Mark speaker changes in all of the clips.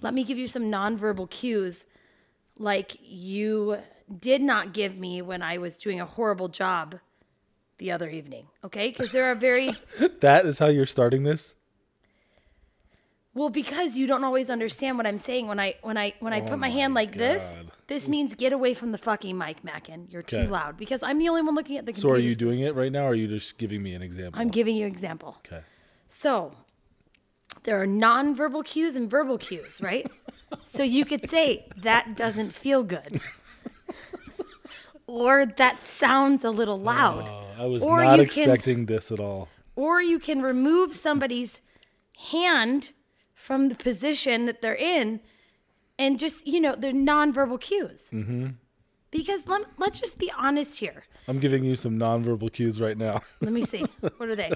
Speaker 1: let me give you some nonverbal cues like you did not give me when I was doing a horrible job the other evening. Okay? Because there are very
Speaker 2: That is how you're starting this?
Speaker 1: well because you don't always understand what I'm saying when I when I when I put my,
Speaker 2: Oh my
Speaker 1: hand like this.
Speaker 2: God.
Speaker 1: This means get away from the fucking mic, Mackin. You're
Speaker 2: Okay.
Speaker 1: too loud because I'm the only one looking at the
Speaker 2: So
Speaker 1: computer.
Speaker 2: are you doing it right now or are you just giving me an example?
Speaker 1: I'm giving you an example.
Speaker 2: okay.
Speaker 1: So there are nonverbal cues and verbal cues, right? so you could say that doesn't feel good. or that sounds a little loud.
Speaker 2: Oh, I was
Speaker 1: Or
Speaker 2: not
Speaker 1: you can-
Speaker 2: expecting this at all.
Speaker 1: Or you can remove somebody's hand from the position that they're in and just, you know, they're nonverbal cues. Mm-hmm. Because let, let's just be honest here.
Speaker 2: I'm giving you some nonverbal cues right now.
Speaker 1: Let me see. what are they?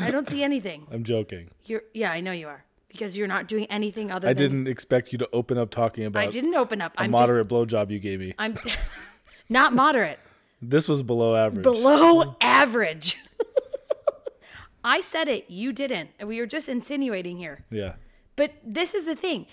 Speaker 1: I don't see anything.
Speaker 2: I'm joking.
Speaker 1: You're, yeah, I know you are because you're not doing anything other
Speaker 2: I
Speaker 1: than
Speaker 2: didn't expect you to open up talking about
Speaker 1: I didn't open up.
Speaker 2: a
Speaker 1: I'm just,
Speaker 2: moderate blowjob you gave me.
Speaker 1: I'm not moderate.
Speaker 2: This was below average.
Speaker 1: Below average. I said it. You didn't. And We were just insinuating here.
Speaker 2: yeah.
Speaker 1: But this is the thing.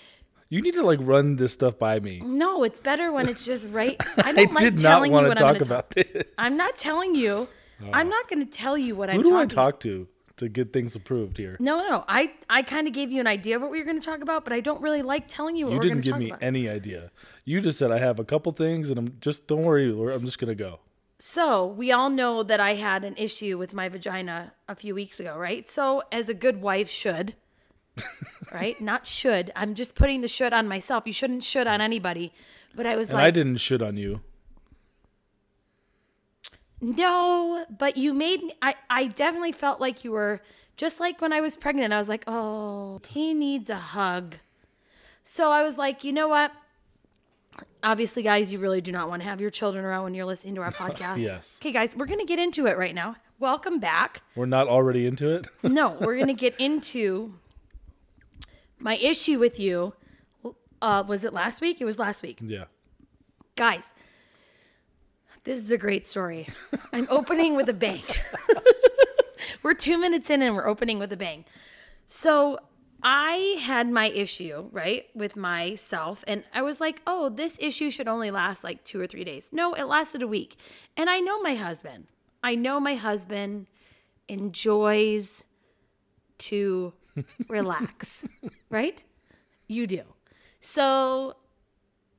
Speaker 2: You need to like run this stuff by me.
Speaker 1: No, it's better when it's just right. I
Speaker 2: I
Speaker 1: don't like
Speaker 2: did not
Speaker 1: telling
Speaker 2: want
Speaker 1: you what
Speaker 2: to
Speaker 1: I'm
Speaker 2: talk
Speaker 1: gonna
Speaker 2: about this.
Speaker 1: I'm not telling you. I'm not going to tell you what I'm
Speaker 2: Who do I
Speaker 1: talking
Speaker 2: talk to to get things approved here?
Speaker 1: No, no, no. I, I kind of gave you an idea of what we were going to talk about, but I don't really like telling you what
Speaker 2: You
Speaker 1: we're going
Speaker 2: didn't
Speaker 1: to
Speaker 2: give
Speaker 1: talk
Speaker 2: me
Speaker 1: about.
Speaker 2: any idea. You just said I have a couple things, and I'm just don't worry. Laura, I'm just gonna go.
Speaker 1: So, we all know that I had an issue with my vagina a few weeks ago, right? So, as a good wife should, right? Not should. I'm just putting the should on myself. You shouldn't should on anybody. But I was
Speaker 2: And I
Speaker 1: like,
Speaker 2: didn't shit on you.
Speaker 1: no, but you made me. I, I definitely felt like you were just like when I was pregnant. I was like, oh, he needs a hug. So, I was like, you know what? Obviously, guys, you really do not want to have your children around when you're listening to our podcast.
Speaker 2: Yes.
Speaker 1: Okay, guys, we're going to get into it right now. Welcome back.
Speaker 2: We're not already into it.
Speaker 1: No, we're going to get into my issue with you. Uh, was it last week? It was last week.
Speaker 2: yeah.
Speaker 1: Guys, this is a great story. I'm opening with a bang. we're two minutes in and we're opening with a bang. So I had my issue, right, with myself. And I was like, oh, this issue should only last like two or three days. No, it lasted a week. And I know my husband. I know my husband enjoys to relax, right? You do. So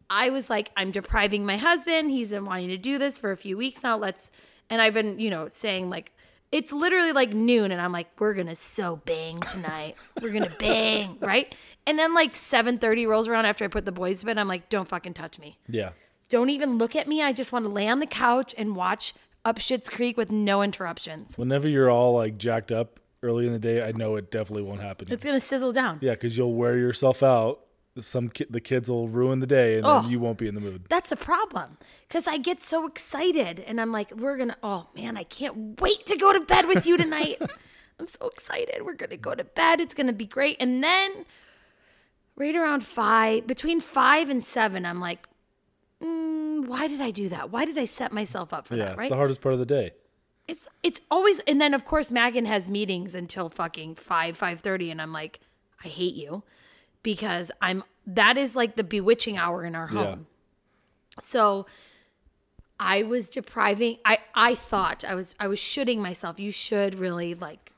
Speaker 1: I was like, I'm depriving my husband. He's been wanting to do this for a few weeks now. Let's, and I've been, you know, saying like, it's literally like noon, and I'm like, we're gonna so bang tonight. We're gonna bang, right? And then like 7:30 rolls around after I put the boys to bed. I'm like, don't fucking touch me.
Speaker 2: Yeah.
Speaker 1: Don't even look at me. I just want to lay on the couch and watch Up Shit's Creek with no interruptions.
Speaker 2: Whenever you're all like jacked up early in the day, I know it definitely won't happen.
Speaker 1: It's gonna sizzle down.
Speaker 2: yeah, because you'll wear yourself out. Some ki- the kids will ruin the day, and
Speaker 1: Oh.
Speaker 2: then you won't be in the mood.
Speaker 1: That's a problem because I get so excited and I'm like, we're going to, oh man, I can't wait to go to bed with you tonight. I'm so excited. We're going to go to bed. It's going to be great. And then right around five, between five and seven, I'm like, mm, why did I do that? Why did I set myself up for
Speaker 2: Yeah,
Speaker 1: that?
Speaker 2: it's
Speaker 1: Right?
Speaker 2: the hardest part of the day.
Speaker 1: it's it's always and then of course Megan has meetings until fucking five five thirty and I'm like I hate you because I'm that is like the bewitching hour in our
Speaker 2: Yeah.
Speaker 1: home. So I was depriving I I thought I was I was shooting myself. You should really like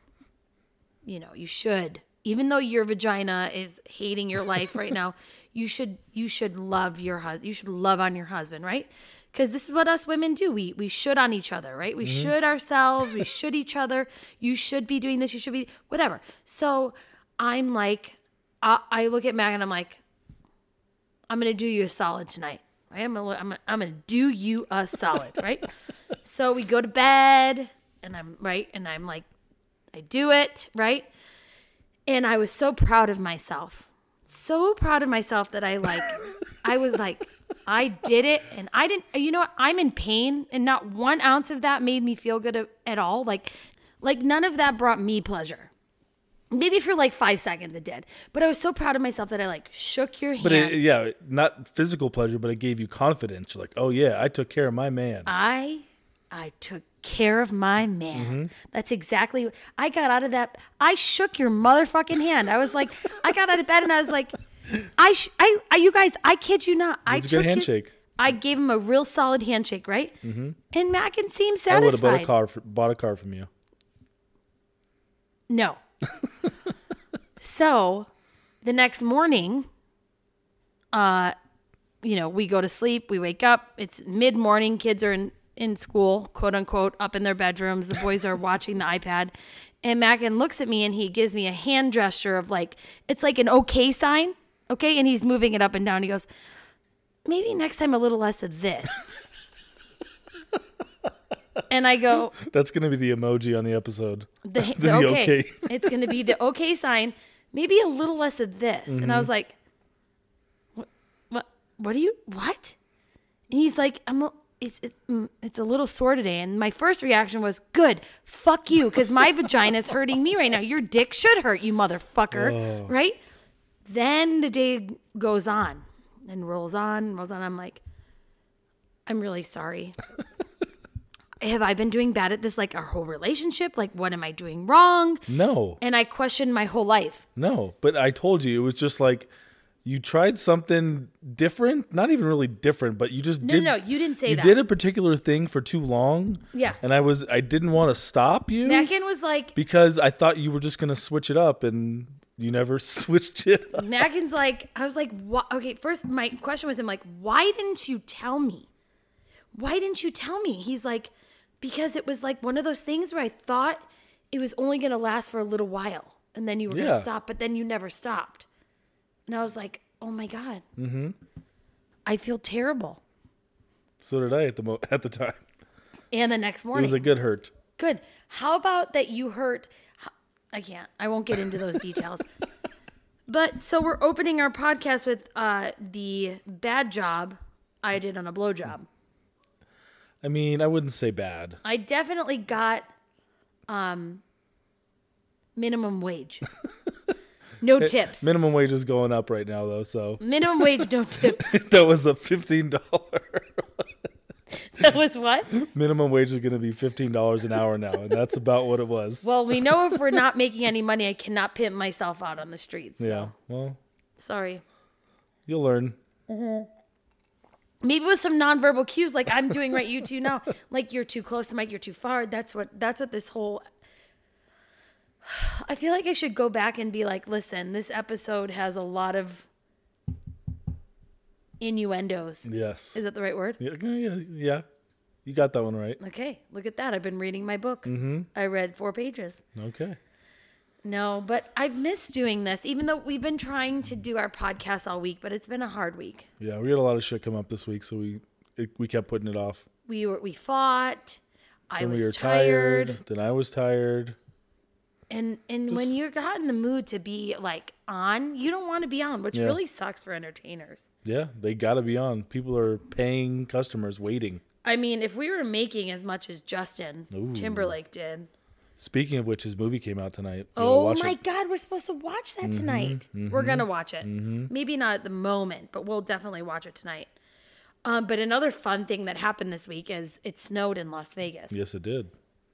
Speaker 1: you know, you should even though your vagina is hating your life right now, you should you should love your husband. You should love on your husband, right? Cuz this is what us women do. We we should on each other, right? We should ourselves, we should each other. You should be doing this, you should be whatever. So I'm like I, I look at Mag and I'm like I'm going to do you a solid tonight. Right? I'm going to I'm gonna, I'm going to do you a solid, right? so we go to bed and I'm right and I'm like I do it, right? And I was so proud of myself. So proud of myself that I like I was like I did it and I didn't you know what? I'm in pain and not one ounce of that made me feel good a- at all. Like like none of that brought me pleasure. Maybe for like five seconds it did, but I was so proud of myself that I like shook your hand.
Speaker 2: But it, yeah, not physical pleasure, but it gave you confidence. You're like, oh yeah, I took care of my man.
Speaker 1: I I took care of my man.
Speaker 2: Mm-hmm.
Speaker 1: That's exactly I got out of that I shook your motherfucking hand. I was like I got out of bed and I was like I, sh- I, I, you guys, I kid you not. I
Speaker 2: It's a good
Speaker 1: took his-
Speaker 2: handshake.
Speaker 1: I gave him a real solid handshake, right? Mm-hmm. And Mackin seemed
Speaker 2: I would have bought
Speaker 1: satisfied.
Speaker 2: a car, for, bought a car from you.
Speaker 1: No. so the next morning, uh, you know, we go to sleep, we wake up, it's mid morning, kids are in, in school, quote unquote, up in their bedrooms, the boys are watching the iPad. And Mackin looks at me and he gives me a hand gesture of like, it's like an okay sign. Okay. And he's moving it up and down. He goes, maybe next time a little less of this. and I go,
Speaker 2: That's gonna be the emoji on the episode.
Speaker 1: the, the,
Speaker 2: The
Speaker 1: okay.
Speaker 2: okay.
Speaker 1: it's going to be the okay sign, maybe a little less of this. And I was like, what, what, what are you, what? And he's like, I'm, a, it's, it's, mm, it's a little sore today. And my first reaction was good. Fuck you. Cause my vagina's hurting me right now. Your dick should hurt you motherfucker. Right. Then the day goes on and rolls on, rolls on. I'm like, I'm really sorry have I been doing bad at this like our whole relationship? Like what am I doing wrong?
Speaker 2: No,
Speaker 1: And I questioned my whole life.
Speaker 2: no. But I told you it was just like you tried something different. Not even really different, but you just
Speaker 1: No,
Speaker 2: did.
Speaker 1: no, no, you didn't say
Speaker 2: you
Speaker 1: that.
Speaker 2: did a particular thing for too long.
Speaker 1: Yeah.
Speaker 2: And I was I didn't want to stop you
Speaker 1: Mackin was like
Speaker 2: because I thought you were just gonna switch it up and you never switched it up.
Speaker 1: Mackin's like I was like what okay, first my question was I'm like, why didn't you tell me? Why didn't you tell me? He's like, because it was like one of those things where I thought it was only gonna last for a little while and then you were
Speaker 2: Yeah.
Speaker 1: gonna stop, but then you never stopped. And I was like, Oh my God. Mm-hmm. I feel terrible.
Speaker 2: So did I at the mo- at the time.
Speaker 1: And the next
Speaker 2: It
Speaker 1: morning
Speaker 2: was a good hurt.
Speaker 1: Good. How about that you hurt? I can't. I won't get into those details. but so we're opening our podcast with uh, the bad job I did on a blowjob.
Speaker 2: I mean, I wouldn't say bad.
Speaker 1: I definitely got um, minimum wage. No tips.
Speaker 2: Minimum wage is going up right now though, so
Speaker 1: minimum wage, no tips.
Speaker 2: that was a fifteen dollar
Speaker 1: That was what?
Speaker 2: minimum wage is gonna be fifteen dollars an hour now, and that's about what it was.
Speaker 1: Well, we know if we're not making any money, I cannot pimp myself out on the streets. So
Speaker 2: Yeah. Well,
Speaker 1: sorry.
Speaker 2: you'll learn.
Speaker 1: maybe with some nonverbal cues like i'm doing right you two now like you're too close to mike you're too far that's what that's what this whole i feel like i should go back and be like listen this episode has a lot of innuendos
Speaker 2: Yes.
Speaker 1: is that the right word
Speaker 2: Yeah, yeah, yeah. You got that one right.
Speaker 1: okay look at that i've been reading my book mm-hmm. i read four pages
Speaker 2: Okay.
Speaker 1: no but i've missed doing this even though we've been trying to do our podcast all week but it's been a hard week
Speaker 2: Yeah, we had a lot of shit come up this week, so we it, we kept putting it off.
Speaker 1: we were we fought i
Speaker 2: Then
Speaker 1: was
Speaker 2: we were
Speaker 1: tired.
Speaker 2: tired. Then I was tired.
Speaker 1: And and when you're not in the mood to be like on, you don't want to be on, which
Speaker 2: Yeah.
Speaker 1: really sucks for entertainers.
Speaker 2: Yeah, they got to be on. People are paying customers waiting.
Speaker 1: I mean, if we were making as much as Justin Timberlake did,
Speaker 2: Speaking of which, his movie came out tonight. We gotta
Speaker 1: oh
Speaker 2: watch
Speaker 1: my
Speaker 2: It. Mm-hmm,
Speaker 1: God, we're supposed to watch that tonight. We're gonna watch it. Maybe not at the moment, but we'll definitely watch it tonight. Um, but another fun thing that happened this week is it snowed in Las Vegas,
Speaker 2: Yes, it did.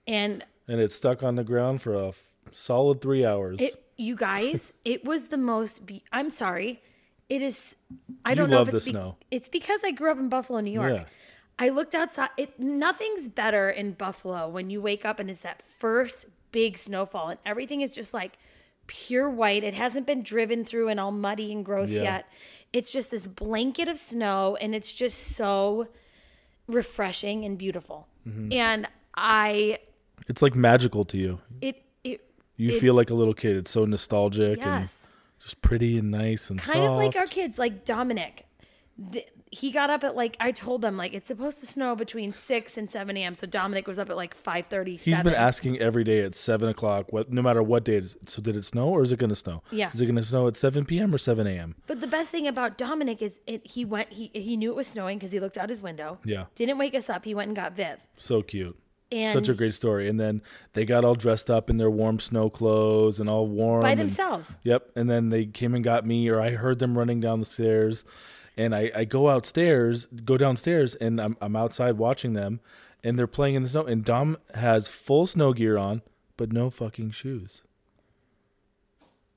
Speaker 1: and
Speaker 2: And it stuck on the ground for a f- solid three hours.
Speaker 1: it, you guys, it was the most. Be- I'm sorry, it is. I
Speaker 2: You
Speaker 1: don't know
Speaker 2: love
Speaker 1: if it's
Speaker 2: the
Speaker 1: be-
Speaker 2: snow.
Speaker 1: It's because I grew up in Buffalo, New York.
Speaker 2: Yeah.
Speaker 1: I looked outside. It nothing's better in Buffalo when you wake up and it's that first big snowfall and everything is just like pure white. It hasn't been driven through and all muddy and gross
Speaker 2: Yeah.
Speaker 1: yet. It's just this blanket of snow and it's just so refreshing and beautiful.
Speaker 2: Mm-hmm.
Speaker 1: And I
Speaker 2: it's like magical to you.
Speaker 1: it it
Speaker 2: You
Speaker 1: It-
Speaker 2: feel like a little kid. It's so nostalgic and
Speaker 1: yes.
Speaker 2: just pretty and nice and
Speaker 1: kind
Speaker 2: soft.
Speaker 1: of like our kids, like Dominic. Th he got up at like I told them like it's supposed to snow between six and seven a.m. So Dominic was up at like five thirty.
Speaker 2: He's been asking every day at seven o'clock, what, no matter what day it is. So did it snow or is it going to snow?
Speaker 1: Yeah.
Speaker 2: Is it going to snow at seven p.m. or seven a.m.?
Speaker 1: But the best thing about Dominic is it, he went he he knew it was snowing because he looked out his window.
Speaker 2: Yeah.
Speaker 1: Didn't wake us up. He went and got Viv.
Speaker 2: So cute. Such a
Speaker 1: And-
Speaker 2: great story. And then they got all dressed up in their warm snow clothes and all warm
Speaker 1: By
Speaker 2: and-
Speaker 1: themselves.
Speaker 2: Yep. And then they came and got me, or I heard them running down the stairs. And I, I go outstairs, go downstairs, and I'm, I'm outside watching them, and they're playing in the snow. And Dom has full snow gear on, but no fucking shoes.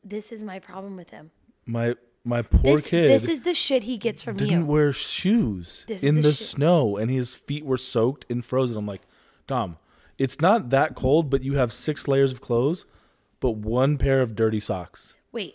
Speaker 1: This is my problem with him.
Speaker 2: My My poor
Speaker 1: this,
Speaker 2: kid
Speaker 1: this is the shit he gets from
Speaker 2: didn't
Speaker 1: you.
Speaker 2: wear shoes
Speaker 1: This is
Speaker 2: in
Speaker 1: the
Speaker 2: the,
Speaker 1: shi-
Speaker 2: snow, and his feet were soaked and frozen. I'm like, Dom, it's not that cold, but you have six layers of clothes, but one pair of dirty socks.
Speaker 1: Wait.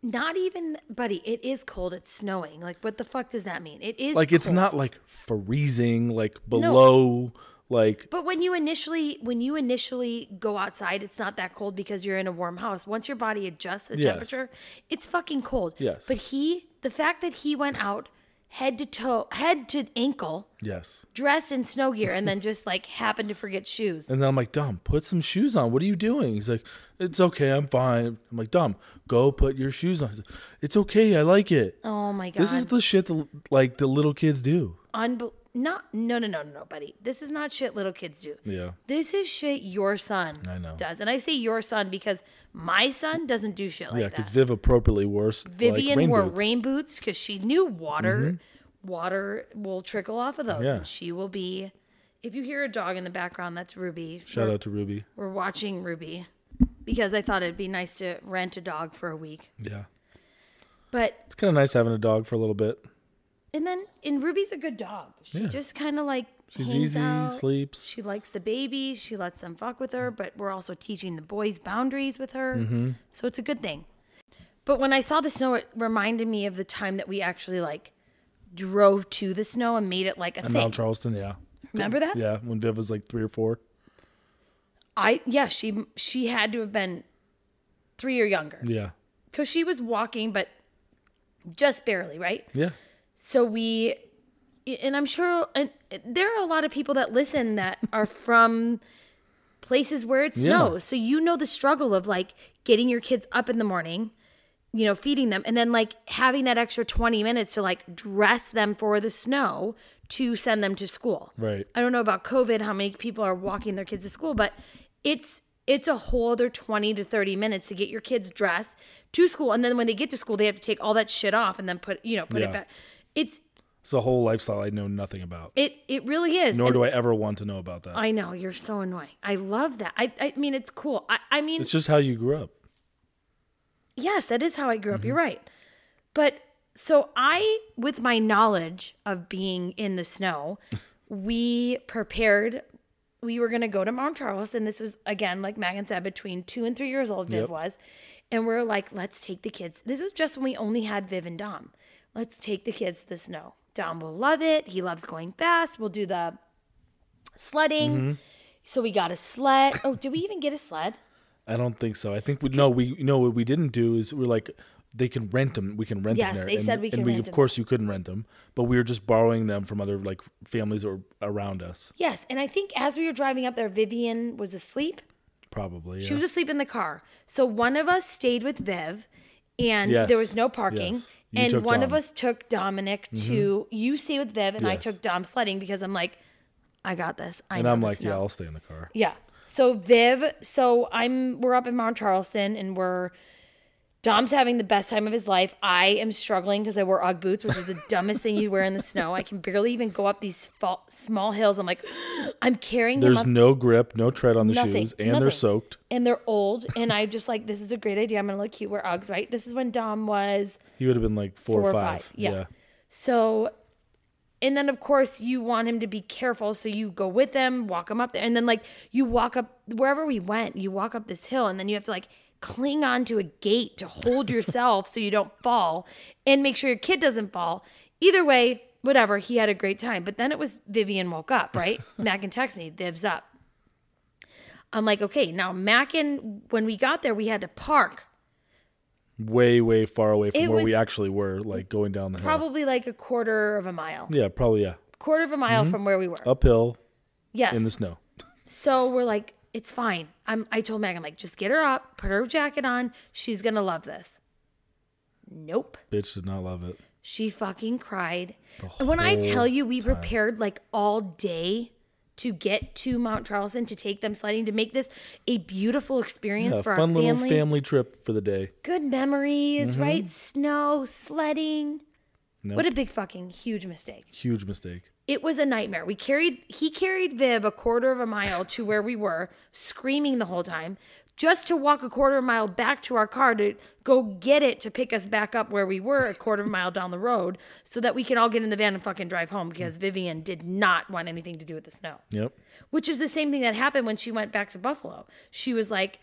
Speaker 1: Not even, buddy. It is cold. It's snowing. Like, what the fuck does that mean? It is
Speaker 2: Like it's
Speaker 1: cold.
Speaker 2: not like freezing, like below, like
Speaker 1: But when you initially when you initially go outside, it's not that cold because you're in a warm house. Once your body adjusts the
Speaker 2: Yes.
Speaker 1: temperature, it's fucking cold.
Speaker 2: Yes.
Speaker 1: But he, the fact that he went out head to toe, head to ankle,
Speaker 2: yes.
Speaker 1: dressed in snow gear, and then just like happened to forget shoes.
Speaker 2: And then I'm like, Dom, put some shoes on. What are you doing? He's like, It's okay, I'm fine. I'm like, Dom, go put your shoes on. He's like, it's okay, I like it.
Speaker 1: Oh my god.
Speaker 2: this is the shit that, like the little kids do.
Speaker 1: Unbe- not no no no no no, buddy. This is not shit little kids do.
Speaker 2: Yeah.
Speaker 1: This is shit your son
Speaker 2: I know.
Speaker 1: does. And I say your son because my son doesn't do shit like
Speaker 2: Yeah,
Speaker 1: that.
Speaker 2: because Viv appropriately wore s- like,
Speaker 1: Vivian
Speaker 2: rain
Speaker 1: wore
Speaker 2: boots. Mm-hmm.
Speaker 1: rain boots because she knew water water will trickle off of those,
Speaker 2: Yeah.
Speaker 1: and she will be. If you hear a dog in the background, that's Ruby.
Speaker 2: Shout
Speaker 1: we're,
Speaker 2: out to Ruby.
Speaker 1: We're watching Ruby because I thought it'd be nice to rent a dog for a week,
Speaker 2: Yeah.
Speaker 1: but
Speaker 2: It's kind of nice having a dog for a little bit.
Speaker 1: and then and Ruby's a good dog. She
Speaker 2: Yeah.
Speaker 1: just kind of like
Speaker 2: She's
Speaker 1: hangs
Speaker 2: easy,
Speaker 1: out.
Speaker 2: sleeps.
Speaker 1: She likes the baby. She lets them fuck with her, but we're also teaching the boys boundaries with her.
Speaker 2: Mm-hmm.
Speaker 1: So it's a good thing. But when I saw the snow, it reminded me of the time that we actually like drove to the snow and made it like a
Speaker 2: And
Speaker 1: thing.
Speaker 2: Mount Charleston, yeah.
Speaker 1: Remember that?
Speaker 2: Yeah, when Viv was like three or four.
Speaker 1: I yeah, she she had to have been three or younger
Speaker 2: Yeah.
Speaker 1: because she was walking, but just barely, right?
Speaker 2: Yeah.
Speaker 1: So we, and I'm sure, and there are a lot of people that listen that are from places where it
Speaker 2: Yeah.
Speaker 1: snows. So you know the struggle of like getting your kids up in the morning, you know, feeding them, and then like having that extra 20 minutes to like dress them for the snow to send them to school.
Speaker 2: Right.
Speaker 1: I don't know about COVID, how many people are walking their kids to school, but it's it's a whole other 20 to 30 minutes to get your kids dressed to school. And then when they get to school, they have to take all that shit off and then put, you know, put
Speaker 2: Yeah.
Speaker 1: it back. It's
Speaker 2: It's a whole lifestyle I know nothing about.
Speaker 1: it it really is.
Speaker 2: Nor
Speaker 1: And
Speaker 2: do I ever want to know about that.
Speaker 1: I know, you're so annoying. I love that. I I mean it's cool. I, I mean
Speaker 2: It's just how you grew up.
Speaker 1: Yes, that is how I grew up. You're right. But so I, with my knowledge of being in the snow, we prepared. We were going to go to Mount Charles. And this was, again, like Megan said, between two and three years old, Viv
Speaker 2: Yep.
Speaker 1: was. And we're like, let's take the kids. This was just when we only had Viv and Dom. Let's take the kids to the snow. Dom will love it. He loves going fast. We'll do the sledding. So we got a sled. Oh, did we even get a sled?
Speaker 2: I don't think so. I think we no, we no, what we didn't do is we're like they can rent them. We can rent
Speaker 1: Yes,
Speaker 2: them there.
Speaker 1: they
Speaker 2: and,
Speaker 1: said we
Speaker 2: and
Speaker 1: can rent
Speaker 2: Of
Speaker 1: 'em.
Speaker 2: course, you couldn't rent them, but we were just borrowing them from other like families that were around us.
Speaker 1: Yes. And I think as we were driving up there, Vivian was asleep.
Speaker 2: Probably.
Speaker 1: She
Speaker 2: yeah.
Speaker 1: was asleep in the car. So one of us stayed with Viv and
Speaker 2: Yes,
Speaker 1: there was no parking.
Speaker 2: yes. You
Speaker 1: And
Speaker 2: took
Speaker 1: one of
Speaker 2: Dom. Mm-hmm.
Speaker 1: us took Dominic to you stay with Viv and I
Speaker 2: Yes.
Speaker 1: took Dom sledding because I'm like, I got this. I
Speaker 2: and
Speaker 1: know
Speaker 2: I'm
Speaker 1: the
Speaker 2: like, yeah,
Speaker 1: snow."
Speaker 2: I'll stay in the car.
Speaker 1: Yeah. So Viv, so I'm we're up in Mount Charleston and we're Dom's having the best time of his life. I am struggling because I wore UGG boots, which is the dumbest thing you wear in the snow. I can barely even go up these fa- small hills. I'm like, I'm carrying him
Speaker 2: There's
Speaker 1: up
Speaker 2: no grip, no tread on the
Speaker 1: Nothing,
Speaker 2: shoes, and
Speaker 1: nothing.
Speaker 2: they're soaked.
Speaker 1: and they're old. And I just like, this is a great idea. I'm gonna look cute. Wear Uggs, right? This is when Dom was
Speaker 2: He would have been like four,
Speaker 1: four
Speaker 2: or five.
Speaker 1: Yeah. So, and then of course you want him to be careful, so you go with him, walk him up there, and then like you walk up wherever we went, you walk up this hill, and then you have to like cling onto a gate to hold yourself so you don't fall, and make sure your kid doesn't fall. Either way, whatever. He had a great time, but then it was Vivian woke up, right? Mac and text me, Viv's up. I'm like, okay, now Mac and when we got there, we had to park
Speaker 2: Oh. Way, way far away from
Speaker 1: It
Speaker 2: where
Speaker 1: was-
Speaker 2: we actually were, like going down the hill.
Speaker 1: probably like a quarter of a mile,
Speaker 2: Yeah, probably, yeah.
Speaker 1: quarter of a mile from where we were.
Speaker 2: Uphill
Speaker 1: Yes.
Speaker 2: in the snow.
Speaker 1: So we're like, it's fine. I'm I told Meg, I'm like, just get her up, put her jacket on. She's gonna love this. Nope.
Speaker 2: Bitch did not love it.
Speaker 1: She fucking cried. And when I
Speaker 2: whole
Speaker 1: tell you we prepared like all day to get to Mount Charleston to take them sledding to make this a beautiful experience
Speaker 2: Yeah,
Speaker 1: for our
Speaker 2: fun little Mm-hmm.
Speaker 1: family.
Speaker 2: family trip for the day.
Speaker 1: Good memories, right? Snow, sledding. What a big fucking huge mistake.
Speaker 2: Huge mistake.
Speaker 1: It was a nightmare. We carried he carried Viv a quarter of a mile to where we were, screaming the whole time, just to walk a quarter mile back to our car to go get it to pick us back up where we were a quarter of a mile down the road so that we could all get in the van and fucking drive home because Vivian did not want anything to do with the snow
Speaker 2: Yep.
Speaker 1: which is the same thing that happened when she went back to Buffalo. She was like,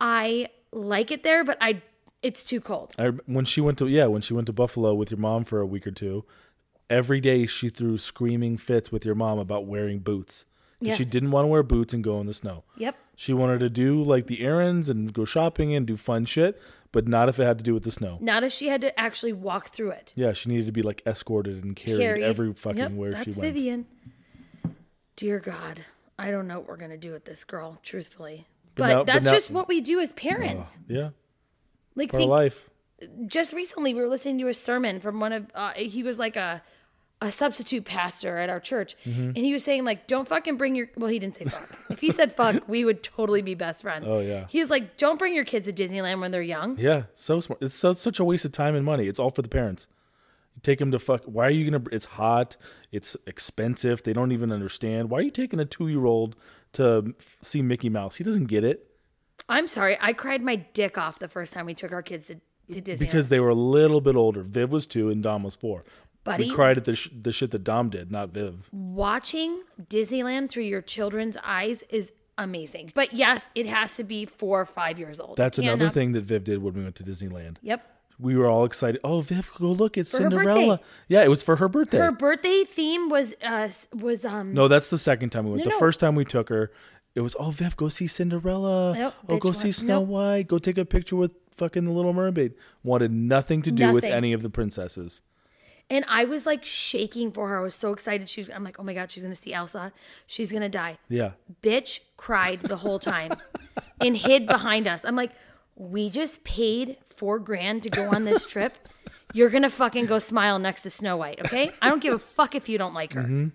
Speaker 1: "I like it there, but I it's too cold."
Speaker 2: I when she went to yeah when she went to Buffalo with your mom for a week or two, every day she threw screaming fits with your mom about wearing boots. 'Cause She
Speaker 1: Yes.
Speaker 2: didn't want to wear boots and go in the snow.
Speaker 1: Yep.
Speaker 2: She wanted to do like the errands and go shopping and do fun shit, but not if it had to do with the snow.
Speaker 1: Not as she had to actually walk through it.
Speaker 2: Yeah, she needed to be like escorted and carried,
Speaker 1: Carried.
Speaker 2: every fucking
Speaker 1: Yep,
Speaker 2: where she
Speaker 1: that's
Speaker 2: went.
Speaker 1: Vivian. Dear God, I don't know what we're gonna do with this girl, truthfully. But,
Speaker 2: now- but
Speaker 1: that's
Speaker 2: now-
Speaker 1: just what we do as parents.
Speaker 2: Yeah,
Speaker 1: like,
Speaker 2: part of
Speaker 1: think
Speaker 2: life.
Speaker 1: just recently we were listening to a sermon from one of uh, he was like a a substitute pastor at our church
Speaker 2: Mm-hmm.
Speaker 1: and he was saying like don't fucking bring your well he didn't say fuck if he said fuck we would totally be best friends
Speaker 2: Oh, yeah.
Speaker 1: he was like don't bring your kids to disneyland when they're young
Speaker 2: Yeah, so smart. It's so, such a waste of time and money. It's all for the parents. You take them to fuck. Why are you gonna? It's hot. It's expensive. They don't even understand. Why are you taking a two-year-old to f- see Mickey Mouse? He doesn't get it
Speaker 1: i'm sorry i cried my dick off the first time we took our kids to, to disneyland
Speaker 2: because they were a little bit older. Viv was two and Dom was four.
Speaker 1: buddy
Speaker 2: We cried at the sh- the shit that Dom did, not Viv.
Speaker 1: watching disneyland through your children's eyes is amazing but yes it has to be four or five years old
Speaker 2: That's
Speaker 1: You
Speaker 2: another
Speaker 1: cannot-
Speaker 2: thing that Viv did when we went to Disneyland.
Speaker 1: yep
Speaker 2: We were all excited. Oh, Viv, go look! It's
Speaker 1: her birthday.
Speaker 2: Cinderella. Yeah, it was for her birthday.
Speaker 1: her birthday theme was uh was um
Speaker 2: No, that's the second time we went.
Speaker 1: No,
Speaker 2: the
Speaker 1: no.
Speaker 2: first time we took her, it was oh Viv, go see Cinderella.
Speaker 1: Nope,
Speaker 2: oh, go
Speaker 1: bitch,
Speaker 2: see
Speaker 1: what-
Speaker 2: Snow
Speaker 1: nope.
Speaker 2: White. Go take a picture with fucking the Little Mermaid. Wanted nothing to do with
Speaker 1: Nothing.
Speaker 2: any of the princesses.
Speaker 1: And I was like shaking for her. I was so excited. She was, I'm like, oh my God, she's gonna see Elsa. She's gonna die.
Speaker 2: Yeah,
Speaker 1: Bitch cried the whole time and hid behind us. I'm like, we just paid four grand to go on this trip. You're gonna fucking go smile next to Snow White, okay? I don't give a fuck if you don't like her.
Speaker 2: Mm-hmm.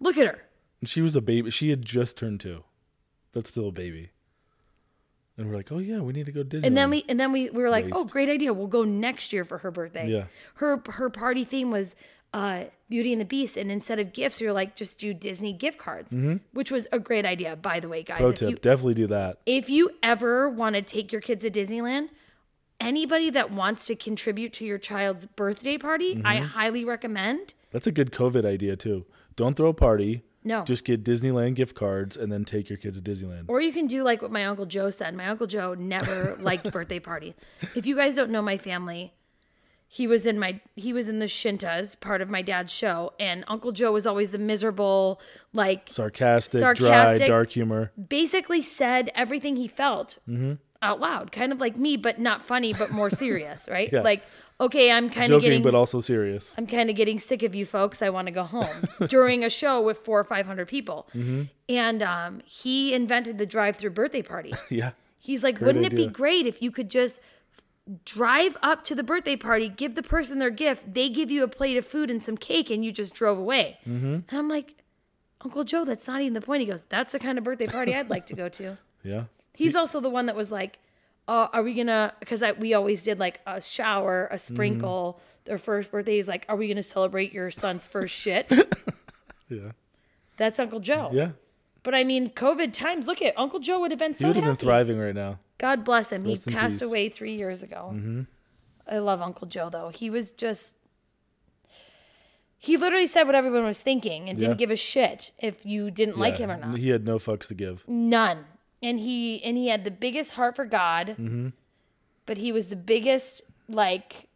Speaker 1: Look at her.
Speaker 2: and she was a baby. She had just turned two. That's still a baby. And we're like, oh yeah, we need to go Disney.
Speaker 1: And then we and then we, we were like, oh,
Speaker 2: Waste.
Speaker 1: great idea. We'll go next year for her birthday.
Speaker 2: Yeah.
Speaker 1: Her her party theme was uh, Beauty and the Beast, and instead of gifts, we were like, just do Disney gift cards, which was a great idea, by the way, guys.
Speaker 2: Mm-hmm. pro
Speaker 1: if
Speaker 2: tip:
Speaker 1: you
Speaker 2: definitely do that.
Speaker 1: if you ever want to take your kids to Disneyland, anybody that wants to contribute to your child's birthday party,
Speaker 2: Mm-hmm.
Speaker 1: I highly recommend.
Speaker 2: That's a good COVID idea too. Don't throw a party.
Speaker 1: No.
Speaker 2: Just get Disneyland gift cards and then take your kids to Disneyland.
Speaker 1: Or you can do like what my Uncle Joe said. My Uncle Joe never liked birthday party. If you guys don't know my family, he was in my he was in the Shintas, part of my dad's show, and Uncle Joe was always the miserable, like
Speaker 2: Sarcastic, dry,
Speaker 1: Sarcastic.
Speaker 2: dark humor.
Speaker 1: basically said everything he felt
Speaker 2: Mm-hmm.
Speaker 1: out loud, kind of like me, but not funny, but more serious, right?
Speaker 2: Yeah.
Speaker 1: Like, okay, I'm kind of
Speaker 2: Joking,
Speaker 1: getting
Speaker 2: but also serious.
Speaker 1: I'm kind of getting sick of you folks. I want to go home during a show with four or five hundred people.
Speaker 2: Mm-hmm.
Speaker 1: And um, he invented the drive-through birthday party.
Speaker 2: Yeah.
Speaker 1: He's like, wouldn't it
Speaker 2: idea.
Speaker 1: be great if you could just drive up to the birthday party, give the person their gift, they give you a plate of food and some cake, and you just drove away?
Speaker 2: Mm-hmm.
Speaker 1: And I'm like, Uncle Joe, that's not even the point. He goes, that's the kind of birthday party I'd like to go to.
Speaker 2: Yeah.
Speaker 1: He's also the one that was like, uh, are we gonna? Because we always did like a shower,
Speaker 2: Mm-hmm.
Speaker 1: a sprinkle, their first birthday. He's like, are we gonna celebrate your son's first shit?
Speaker 2: Yeah.
Speaker 1: That's Uncle Joe.
Speaker 2: Yeah.
Speaker 1: But I mean, COVID times. Look at Uncle Joe would have been so
Speaker 2: He would have
Speaker 1: happy.
Speaker 2: been thriving right now.
Speaker 1: God bless him. He
Speaker 2: Rest in
Speaker 1: passed
Speaker 2: peace. Mm-hmm.
Speaker 1: away three years ago. I love Uncle Joe though. He was just. He literally said what everyone was thinking and
Speaker 2: Yeah.
Speaker 1: didn't give a shit if you didn't like
Speaker 2: Yeah,
Speaker 1: him or not. Mm.
Speaker 2: He had no fucks to give.
Speaker 1: None. And he and he had the biggest heart for God.
Speaker 2: Mm-hmm.
Speaker 1: But he was the biggest like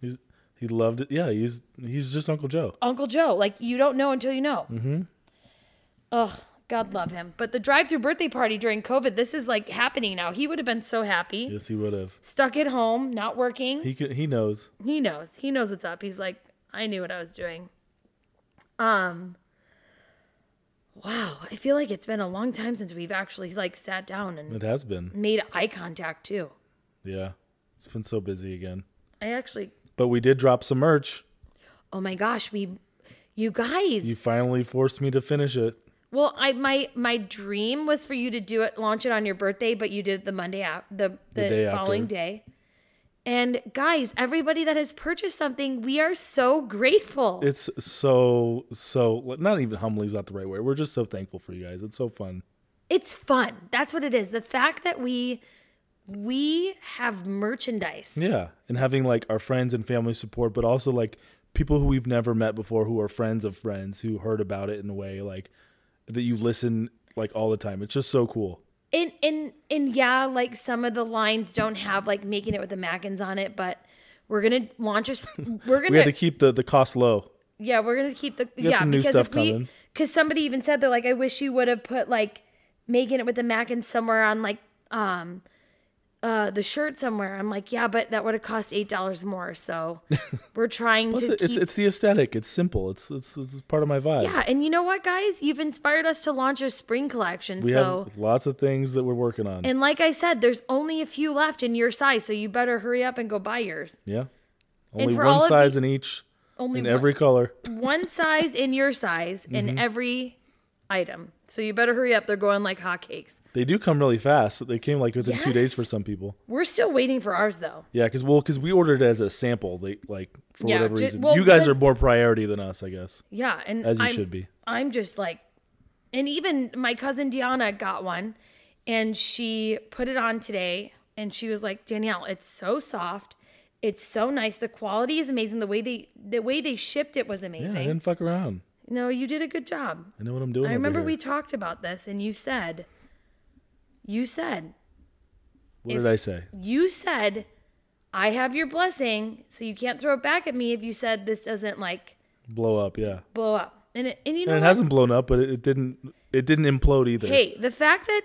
Speaker 2: He's, he loved it. Yeah, he's he's just Uncle Joe.
Speaker 1: Uncle Joe. Like you don't know until you know. Mm-hmm. Ugh, God love him. But the drive-through birthday party during COVID, this is like happening now. He would have been so happy.
Speaker 2: Yes, he would have.
Speaker 1: Stuck at home, not working.
Speaker 2: He could, he knows.
Speaker 1: he knows he knows what's up he's like i knew what i was doing um wow i feel like it's been a long time since we've actually like sat down and
Speaker 2: It has been.
Speaker 1: made eye contact too
Speaker 2: Yeah, it's been so busy again.
Speaker 1: i actually
Speaker 2: But we did drop some merch.
Speaker 1: oh my gosh we you guys
Speaker 2: You finally forced me to finish it.
Speaker 1: well i my my dream was for you to do it launch it on your birthday but you did it the monday out the the,
Speaker 2: day after.
Speaker 1: following day And guys, everybody that has purchased something, we are so grateful.
Speaker 2: It's so so not even humbly is not the right word. We're just so thankful for you guys. It's so fun.
Speaker 1: it's fun. That's what it is. The fact that we we have merchandise.
Speaker 2: Yeah, and having like our friends and family support, but also like people who we've never met before, who are friends of friends, who heard about it in a way like that you listen like all the time. It's just so cool.
Speaker 1: And and and yeah, like some of the lines don't have like making it with the Mackins on it, but we're gonna launch us. We're gonna
Speaker 2: We had to keep the the cost low.
Speaker 1: yeah, we're gonna keep the yeah
Speaker 2: some new
Speaker 1: because
Speaker 2: stuff
Speaker 1: if we
Speaker 2: coming.
Speaker 1: because somebody even said they're like, I wish you would have put like making it with the Mackins somewhere on like um uh the shirt somewhere. I'm like, yeah, but that would have cost eight dollars more. So we're trying to
Speaker 2: It's
Speaker 1: keep
Speaker 2: it's, it's the aesthetic. It's simple. It's it's, it's part of my vibe.
Speaker 1: Yeah, and you know what, guys? You've inspired us to launch a spring collection.
Speaker 2: we
Speaker 1: so,
Speaker 2: have lots of things that we're working on.
Speaker 1: and like I said, there's only a few left in your size, so you better hurry up and go buy yours.
Speaker 2: yeah, only
Speaker 1: for
Speaker 2: one
Speaker 1: all of
Speaker 2: size
Speaker 1: the-
Speaker 2: in each,
Speaker 1: Only
Speaker 2: in
Speaker 1: one,
Speaker 2: every Mm-hmm. color.
Speaker 1: one size in your size in every item. So you better hurry up. They're going like hotcakes.
Speaker 2: They do come really fast. They came like within two days
Speaker 1: Yes.
Speaker 2: for some people.
Speaker 1: We're still waiting for ours though.
Speaker 2: Yeah, because well, because we ordered it as a sample, they, like for
Speaker 1: Yeah,
Speaker 2: whatever
Speaker 1: ju-
Speaker 2: reason.
Speaker 1: well,
Speaker 2: you guys are
Speaker 1: because-
Speaker 2: more priority than us, I guess.
Speaker 1: Yeah, and
Speaker 2: As you
Speaker 1: I'm,
Speaker 2: should be.
Speaker 1: I'm just like, and even my cousin Deanna got one, and she put it on today, and she was like, Danielle, it's so soft, it's so nice. The quality is amazing. The way they the way they shipped it was
Speaker 2: Yeah, I
Speaker 1: amazing.
Speaker 2: didn't fuck around.
Speaker 1: no, you did a good job.
Speaker 2: I know what I'm doing.
Speaker 1: I
Speaker 2: over
Speaker 1: remember
Speaker 2: here.
Speaker 1: we talked about this, and you said, you said,
Speaker 2: What did I say?
Speaker 1: you said, I have your blessing, so you can't throw it back at me if you said this doesn't like
Speaker 2: Blow up, yeah.
Speaker 1: blow up. And it, and you know
Speaker 2: And it
Speaker 1: what?
Speaker 2: hasn't blown up, but it, it didn't. It didn't implode either.
Speaker 1: Hey, the fact that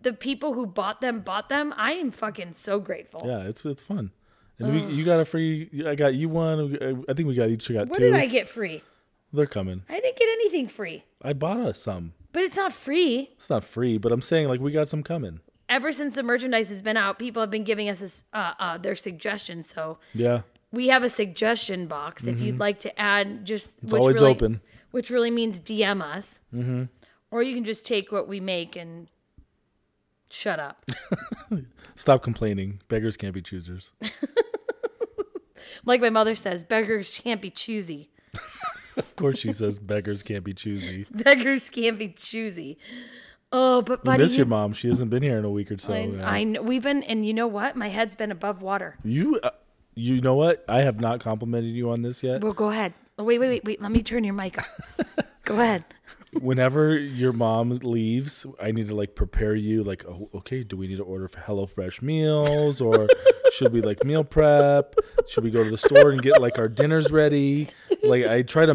Speaker 1: the people who bought them bought them, I am fucking so grateful.
Speaker 2: Yeah, it's it's fun. And we, you got a free. I got you one. I- I think we got each. got
Speaker 1: what
Speaker 2: two.
Speaker 1: did I get free?
Speaker 2: They're coming.
Speaker 1: I didn't get anything free.
Speaker 2: I bought us some.
Speaker 1: But it's not free.
Speaker 2: It's not free, but I'm saying like we got some coming.
Speaker 1: Ever since the merchandise has been out, people have been giving us this, uh, uh, their suggestions. So
Speaker 2: Yeah,
Speaker 1: we have a suggestion box if you'd like to add just it's
Speaker 2: Mm-hmm. always
Speaker 1: really,
Speaker 2: open.
Speaker 1: which really means DM us, mm-hmm. or you can just take what we make and shut up.
Speaker 2: stop complaining. Beggars can't be choosers.
Speaker 1: like my mother says, beggars can't be choosy.
Speaker 2: Of course, she says beggars can't be choosy.
Speaker 1: Beggars can't be choosy. Oh, but buddy,
Speaker 2: Miss
Speaker 1: you
Speaker 2: your mom. She hasn't been here in a week or so.
Speaker 1: I,
Speaker 2: Oh, yeah.
Speaker 1: I know we've been, and you know what? My head's been above water.
Speaker 2: You, uh, you know what? I have not complimented you on this yet.
Speaker 1: Well, go ahead. Oh, Wait, wait, wait, wait. Let me turn your mic up. go ahead.
Speaker 2: Whenever your mom leaves, I need to like prepare you. Like, oh, okay, do we need to order for HelloFresh meals, or should we like meal prep? Should we go to the store and get like our dinners ready? Like, I try to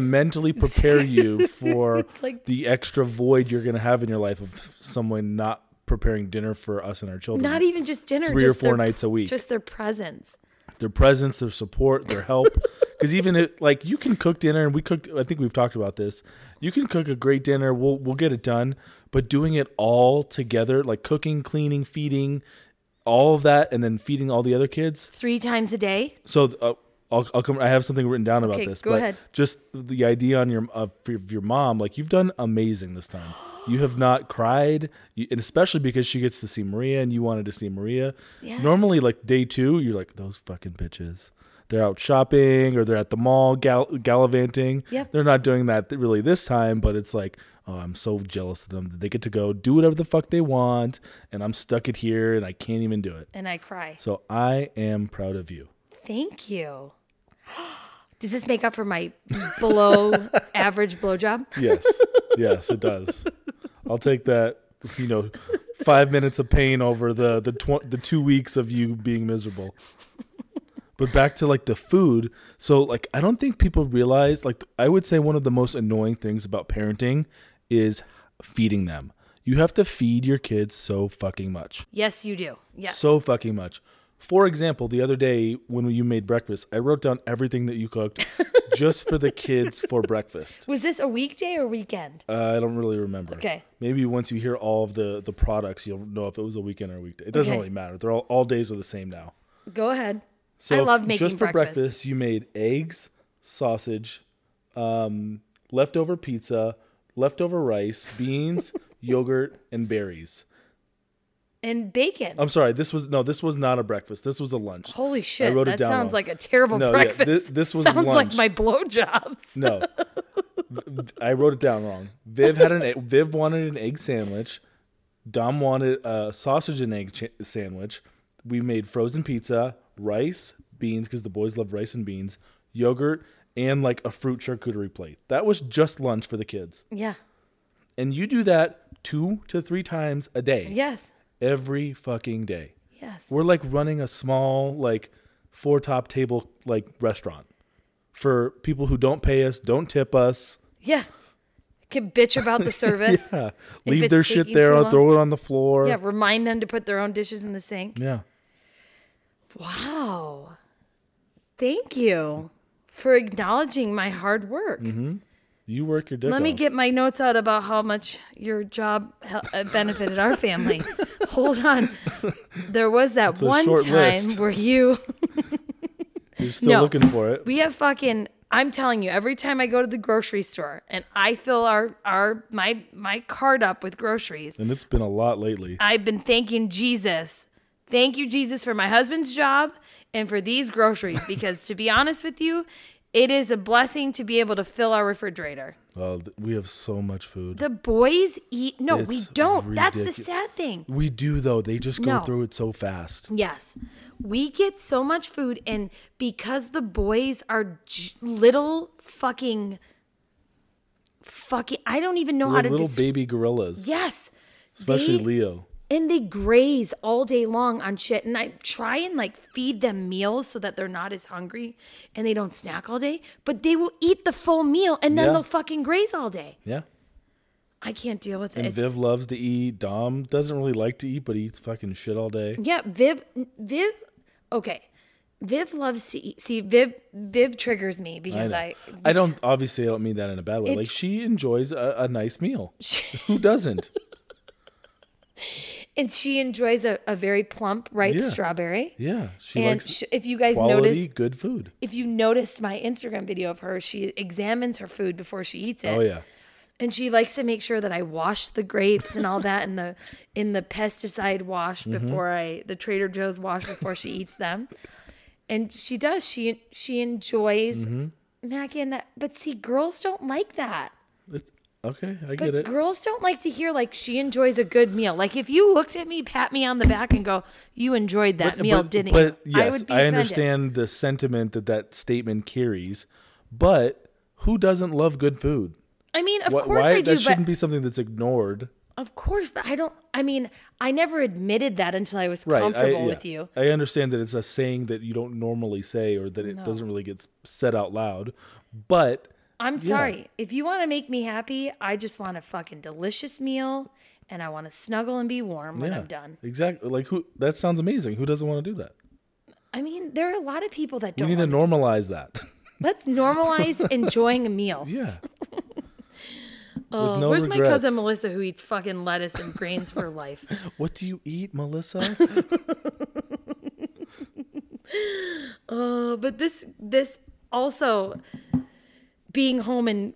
Speaker 2: mentally prepare you for
Speaker 1: like-
Speaker 2: the extra void you're gonna have in your life of someone not preparing dinner for us and our children.
Speaker 1: Not even just dinner.
Speaker 2: Three or
Speaker 1: just
Speaker 2: four
Speaker 1: their-
Speaker 2: nights a week.
Speaker 1: Just their presence.
Speaker 2: their presence, their support, their help. Because even if, like you can cook dinner, and we cooked. I think we've talked about this. You can cook a great dinner. We'll we'll get it done. But doing it all together, like cooking, cleaning, feeding, all of that, and then feeding all the other kids.
Speaker 1: Three times a day.
Speaker 2: So uh, I'll, I'll come. I have something written down about
Speaker 1: Okay,
Speaker 2: this.
Speaker 1: go
Speaker 2: but
Speaker 1: ahead.
Speaker 2: Just the idea on your of your- your mom. Like you've done amazing this time. You have not cried, you, and especially because she gets to see Maria, and you wanted to see Maria.
Speaker 1: Yes.
Speaker 2: Normally, like day two, you're like those fucking bitches. They're out shopping or they're at the mall gal- gallivanting.
Speaker 1: Yep.
Speaker 2: They're not doing that th- really this time, but it's like, oh, I'm so jealous of them that they get to go do whatever the fuck they want, and I'm stuck it here and I can't even do it.
Speaker 1: And I cry.
Speaker 2: So I am proud of you.
Speaker 1: Thank you. Does this make up for my below average blowjob?
Speaker 2: Yes. Yes, it does. I'll take that, you know, five minutes of pain over the the tw- the two weeks of you being miserable. But back to like the food. So like I don't think people realize like I would say one of the most annoying things about parenting is feeding them. You have to feed your kids so fucking much.
Speaker 1: Yes, you do. Yes.
Speaker 2: So fucking much. For example, the other day when you made breakfast, I wrote down everything that you cooked just for the kids for breakfast.
Speaker 1: Was this a weekday or weekend?
Speaker 2: Uh, I don't really remember.
Speaker 1: Okay.
Speaker 2: Maybe once you hear all of the the products, you'll know if it was a weekend or a weekday. It doesn't
Speaker 1: Okay.
Speaker 2: really matter. They're all all days are the same now.
Speaker 1: Go ahead.
Speaker 2: So
Speaker 1: I
Speaker 2: if-
Speaker 1: love making
Speaker 2: just for
Speaker 1: breakfast.
Speaker 2: breakfast. You made eggs, sausage, um, leftover pizza, leftover rice, beans, yogurt, and berries.
Speaker 1: and bacon.
Speaker 2: I'm sorry. This was no. This was not a breakfast. This was a lunch.
Speaker 1: Holy shit!
Speaker 2: wrote it
Speaker 1: that
Speaker 2: down
Speaker 1: sounds
Speaker 2: wrong.
Speaker 1: like a terrible
Speaker 2: No, yeah,
Speaker 1: breakfast.
Speaker 2: thi- this was
Speaker 1: sounds like
Speaker 2: lunch.
Speaker 1: my blowjobs.
Speaker 2: No, I wrote it down wrong. Viv had an egg- Viv wanted an egg sandwich. Dom wanted a sausage and egg ch- sandwich. We made frozen pizza, rice, beans because the boys love rice and beans, yogurt, and like a fruit charcuterie plate. That was just lunch for the kids.
Speaker 1: Yeah.
Speaker 2: And you do that two to three times a day,
Speaker 1: Yes.
Speaker 2: every fucking day.
Speaker 1: Yes.
Speaker 2: We're like running a small like four top table like restaurant for people who don't pay us, don't tip us.
Speaker 1: Yeah. Can bitch about the service. yeah.
Speaker 2: Yeah.
Speaker 1: If
Speaker 2: Leave
Speaker 1: it's
Speaker 2: their shit
Speaker 1: taking
Speaker 2: there,
Speaker 1: too
Speaker 2: I'll throw it on the floor. Yeah.
Speaker 1: Remind them to put their own dishes in the sink. Wow. Thank you for acknowledging my hard work.
Speaker 2: Mm-hmm. You work your dick
Speaker 1: Let me
Speaker 2: off.
Speaker 1: get my notes out about how much your job hel- uh, benefited our family. Hold on. There was that
Speaker 2: a
Speaker 1: one
Speaker 2: short
Speaker 1: time
Speaker 2: list.
Speaker 1: where you.
Speaker 2: You're still
Speaker 1: no.
Speaker 2: looking for it.
Speaker 1: We have fucking. I'm telling you, every time I go to the grocery store and I fill our our my my cart up with groceries,
Speaker 2: And it's been a lot lately.
Speaker 1: I've been thanking Jesus. Thank you, Jesus, for my husband's job and for these groceries. Because to be honest with you, it is a blessing to be able to fill our refrigerator.
Speaker 2: Oh, th- we have so much food.
Speaker 1: The boys eat. No, we
Speaker 2: It's
Speaker 1: don't. That's the
Speaker 2: ridicu-
Speaker 1: sad thing.
Speaker 2: we do though. They just go
Speaker 1: No.
Speaker 2: through it so fast.
Speaker 1: Yes. We get so much food, and because the boys are j- little fucking. Fucking. I don't even know how
Speaker 2: We're
Speaker 1: to
Speaker 2: little
Speaker 1: describe.
Speaker 2: baby gorillas,
Speaker 1: Yes.
Speaker 2: especially
Speaker 1: They-
Speaker 2: Leo.
Speaker 1: and they graze all day long on shit and i try and like feed them meals so that they're not as hungry and they don't snack all day but they will eat the full meal and then
Speaker 2: Yeah.
Speaker 1: they'll fucking graze all day
Speaker 2: Yeah.
Speaker 1: i can't deal with it
Speaker 2: And
Speaker 1: It's-
Speaker 2: Viv loves to eat. Dom doesn't really like to eat, but he eats fucking shit all day.
Speaker 1: yeah viv viv okay viv loves to eat see viv viv triggers me because
Speaker 2: know.
Speaker 1: i,
Speaker 2: I don't obviously I don't mean that in a bad way.
Speaker 1: It-
Speaker 2: like she enjoys a, a nice meal. Who doesn't?
Speaker 1: and she enjoys a, a very plump ripe
Speaker 2: Yeah.
Speaker 1: strawberry
Speaker 2: Yeah, she
Speaker 1: and
Speaker 2: likes
Speaker 1: sh- if you guys
Speaker 2: quality
Speaker 1: noticed
Speaker 2: good food.
Speaker 1: if you noticed my instagram video of her she examines her food before she eats it
Speaker 2: Oh yeah.
Speaker 1: and she likes to make sure that I wash the grapes and all that in the in the pesticide wash
Speaker 2: Mm-hmm.
Speaker 1: before I the Trader Joe's wash before she eats them. And she does. She she enjoys
Speaker 2: Mm-hmm.
Speaker 1: Mackie and that. But see, girls don't like that.
Speaker 2: It's, okay, I
Speaker 1: But
Speaker 2: get it.
Speaker 1: girls don't like to hear like she enjoys a good meal. Like if you looked at me, pat me on the back, and go, "You enjoyed that meal,
Speaker 2: but,
Speaker 1: didn't e-
Speaker 2: but
Speaker 1: you?"
Speaker 2: yes, I,
Speaker 1: offended.
Speaker 2: understand the sentiment that that statement carries, but who doesn't love good food?
Speaker 1: I mean, of
Speaker 2: Wh-
Speaker 1: course
Speaker 2: why
Speaker 1: I
Speaker 2: that
Speaker 1: do, but
Speaker 2: shouldn't be something that's ignored.
Speaker 1: of course, but I don't. I mean, I never admitted that until I was
Speaker 2: Right. I-
Speaker 1: comfortable
Speaker 2: yeah.
Speaker 1: with you.
Speaker 2: I understand that it's a saying that you don't normally say or that it doesn't really get s- said out loud, but
Speaker 1: I'm sorry. If you want to make me happy, I just want a fucking delicious meal and I want to snuggle and be warm when
Speaker 2: yeah,
Speaker 1: I'm done.
Speaker 2: Exactly. Like who that sounds amazing. Who doesn't want to do that?
Speaker 1: I mean, there are a lot of people that
Speaker 2: We
Speaker 1: don't.
Speaker 2: need to
Speaker 1: want-
Speaker 2: normalize that.
Speaker 1: Let's normalize enjoying a meal.
Speaker 2: yeah.
Speaker 1: Oh,
Speaker 2: With no
Speaker 1: where's my cousin
Speaker 2: regrets.
Speaker 1: Melissa who eats fucking lettuce and grains for life?
Speaker 2: What do you eat, Melissa?
Speaker 1: Oh, but this this also being home and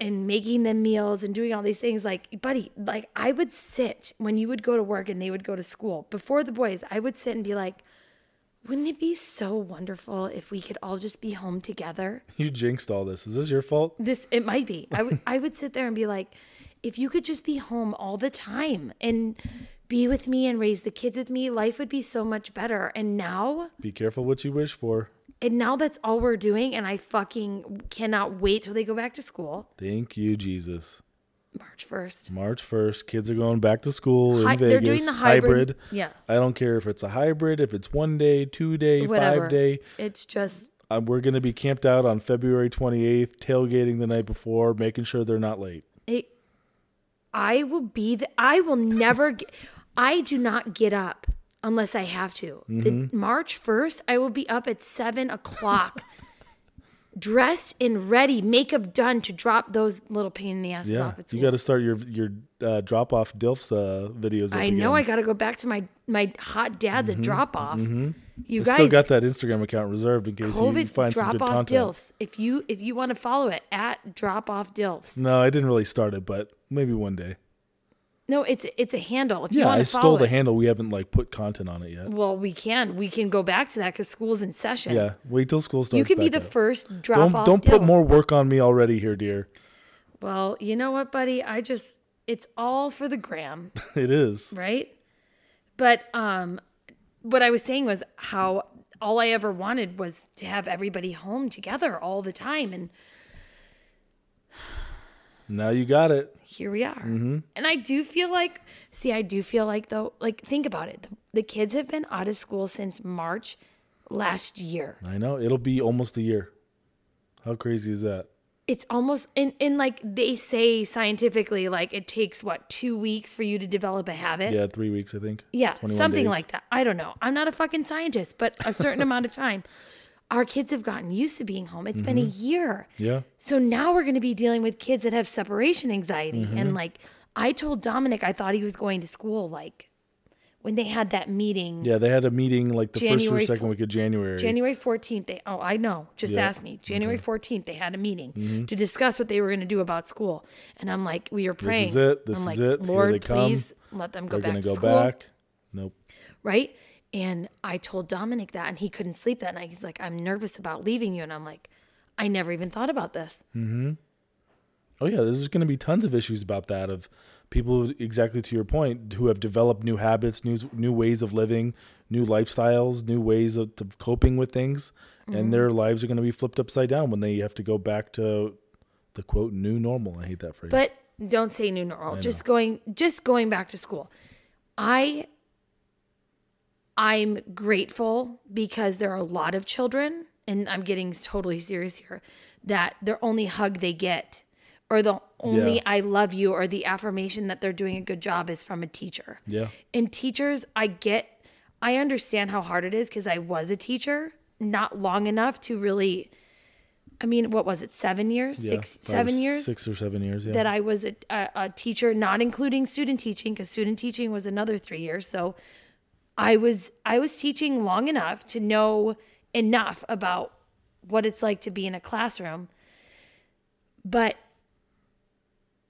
Speaker 1: and making them meals and doing all these things like buddy like i would sit when you would go to work and they would go to school before the boys i would sit and be like wouldn't it be so wonderful if we could all just be home together
Speaker 2: you jinxed all this. Is this your fault?
Speaker 1: this it might be I would I would sit there and be like if you could just be home all the time and be with me and raise the kids with me life would be so much better and now
Speaker 2: Be careful what you wish for.
Speaker 1: and now that's all we're doing and i fucking cannot wait till they go back to school
Speaker 2: Thank you, Jesus.
Speaker 1: march 1st
Speaker 2: March 1st, kids are going back to school
Speaker 1: Hy-
Speaker 2: in Vegas.
Speaker 1: they're doing the hybrid- yeah.
Speaker 2: I don't care if it's a hybrid, if it's one day, two day,
Speaker 1: whatever
Speaker 2: five day.
Speaker 1: it's just
Speaker 2: Um, we're going to be camped out on February 28th, tailgating the night before, making sure they're not late.
Speaker 1: it i will be the, i will never get, i do not get up unless i have to the,
Speaker 2: Mm-hmm.
Speaker 1: march 1st i will be up at 7 o'clock dressed and ready makeup done to drop those little pain in the asses
Speaker 2: Yeah.
Speaker 1: off at
Speaker 2: You
Speaker 1: school
Speaker 2: got to start your your uh, drop off DILFs uh, videos. Up
Speaker 1: i know i gotta go back to my my hot dad's at drop off you
Speaker 2: Mm-hmm. I still
Speaker 1: guys
Speaker 2: got that Instagram account reserved in case you
Speaker 1: COVID
Speaker 2: find some
Speaker 1: drop
Speaker 2: good
Speaker 1: off
Speaker 2: content.
Speaker 1: dilfs. If you if you
Speaker 2: Mm.
Speaker 1: want to follow it at drop off dilfs,
Speaker 2: No, I didn't really start it, but maybe one day.
Speaker 1: No, it's it's a handle. If you
Speaker 2: Yeah,
Speaker 1: want
Speaker 2: I
Speaker 1: to
Speaker 2: stole
Speaker 1: follow
Speaker 2: the
Speaker 1: it.
Speaker 2: handle. We haven't like put content on it yet.
Speaker 1: Well, we can we can go back to that because school's in session.
Speaker 2: Yeah, wait till school starts.
Speaker 1: you can be
Speaker 2: back
Speaker 1: the
Speaker 2: up.
Speaker 1: first drop
Speaker 2: Don't
Speaker 1: off.
Speaker 2: don't put more work on me already here, dear.
Speaker 1: Well, you know what, buddy? I just it's all for the gram,
Speaker 2: It is.
Speaker 1: right? But um, what I was saying was how all I ever wanted was to have everybody home together all the time, and
Speaker 2: Now you got it.
Speaker 1: here we are.
Speaker 2: Mm-hmm.
Speaker 1: And I do feel like, see, I do feel like though, like think about it. The, the kids have been out of school since March last year.
Speaker 2: I know. It'll be almost a year. How crazy is that?
Speaker 1: It's almost and and like they say scientifically, like it takes what two weeks for you to develop a habit.
Speaker 2: Yeah, three weeks, I think.
Speaker 1: Yeah,
Speaker 2: 21
Speaker 1: something
Speaker 2: days.
Speaker 1: like that. I don't know. I'm not a fucking scientist, but a certain amount of time. Our kids have gotten used to being home. It's been a
Speaker 2: Mm-hmm.
Speaker 1: year.
Speaker 2: Yeah.
Speaker 1: So now we're going to be dealing with kids that have separation anxiety.
Speaker 2: Mm-hmm.
Speaker 1: And like, I told Dominic, I thought he was going to school, like, when they had that meeting
Speaker 2: Yeah, they had a meeting like the
Speaker 1: January
Speaker 2: first or second week of January.
Speaker 1: January 14th, they, oh, I know, just
Speaker 2: Yeah.
Speaker 1: ask me. January 14th, they had a meeting to discuss what they were going to do about school. And I'm like, we are praying.
Speaker 2: is it. This
Speaker 1: I'm like,
Speaker 2: is it. Here
Speaker 1: Lord,
Speaker 2: they come.
Speaker 1: please let them go
Speaker 2: They're gonna
Speaker 1: back to
Speaker 2: go
Speaker 1: school.
Speaker 2: back. Nope.
Speaker 1: right? And I told Dominic that, and he couldn't sleep that night. He's like, "I'm nervous about leaving you," and I'm like, "I never even thought about this."
Speaker 2: Oh yeah, there's going to be tons of issues about that of people who- exactly to your point who have developed new habits, new new ways of living, new lifestyles, new ways of, of coping with things,
Speaker 1: Mm-hmm.
Speaker 2: and their lives are going to be flipped upside down when they have to go back to the quote new normal. I hate that phrase.
Speaker 1: But don't say new normal. Just going, just going back to school. I, I'm grateful because there are a lot of children, and I'm getting totally serious here. That their only hug they get, or the only
Speaker 2: Yeah.
Speaker 1: "I love you" or the affirmation that they're doing a good job is from a teacher.
Speaker 2: yeah.
Speaker 1: And teachers, I get, I understand how hard it is because I was a teacher not long enough to really, I mean, what was it, seven years,
Speaker 2: Yeah,
Speaker 1: six,
Speaker 2: five or
Speaker 1: seven years
Speaker 2: six or seven years. Yeah,
Speaker 1: that I was a, a, a teacher, not including student teaching because student teaching was another three years. So I was, I was teaching long enough to know enough about what it's like to be in a classroom. But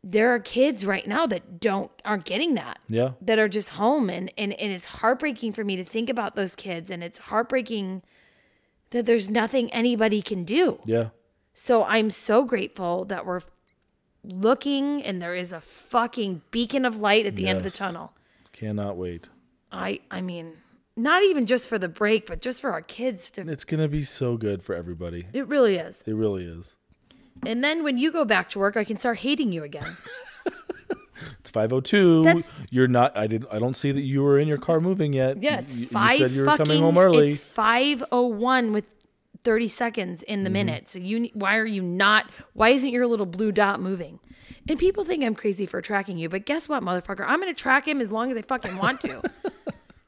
Speaker 1: there are kids right now that don't, aren't getting that
Speaker 2: yeah.
Speaker 1: that are just home and, and and it's heartbreaking for me to think about those kids and it's heartbreaking that there's nothing anybody can do.
Speaker 2: Yeah.
Speaker 1: So I'm so grateful that we're looking and there is a fucking beacon of light at the end of the
Speaker 2: Yes.
Speaker 1: tunnel.
Speaker 2: Cannot wait.
Speaker 1: I I mean, not even just for the break, but just for our kids to
Speaker 2: It's going to be so good for everybody.
Speaker 1: it really is.
Speaker 2: It really is.
Speaker 1: And then when you go back to work, I can start hating you again.
Speaker 2: It's 502.
Speaker 1: That's-
Speaker 2: You're not I didn't I don't see that you were in your car moving yet.
Speaker 1: Yeah,
Speaker 2: You-
Speaker 1: it's
Speaker 2: you,
Speaker 1: five
Speaker 2: You said you were
Speaker 1: fucking.
Speaker 2: coming home early.
Speaker 1: It's five oh one with thirty seconds in
Speaker 2: Mm-hmm.
Speaker 1: the minute. So you, ne- why are you not? Why isn't your little blue dot moving? And people think I'm crazy for tracking you, but guess what, motherfucker? I'm gonna track him as long as I fucking want to.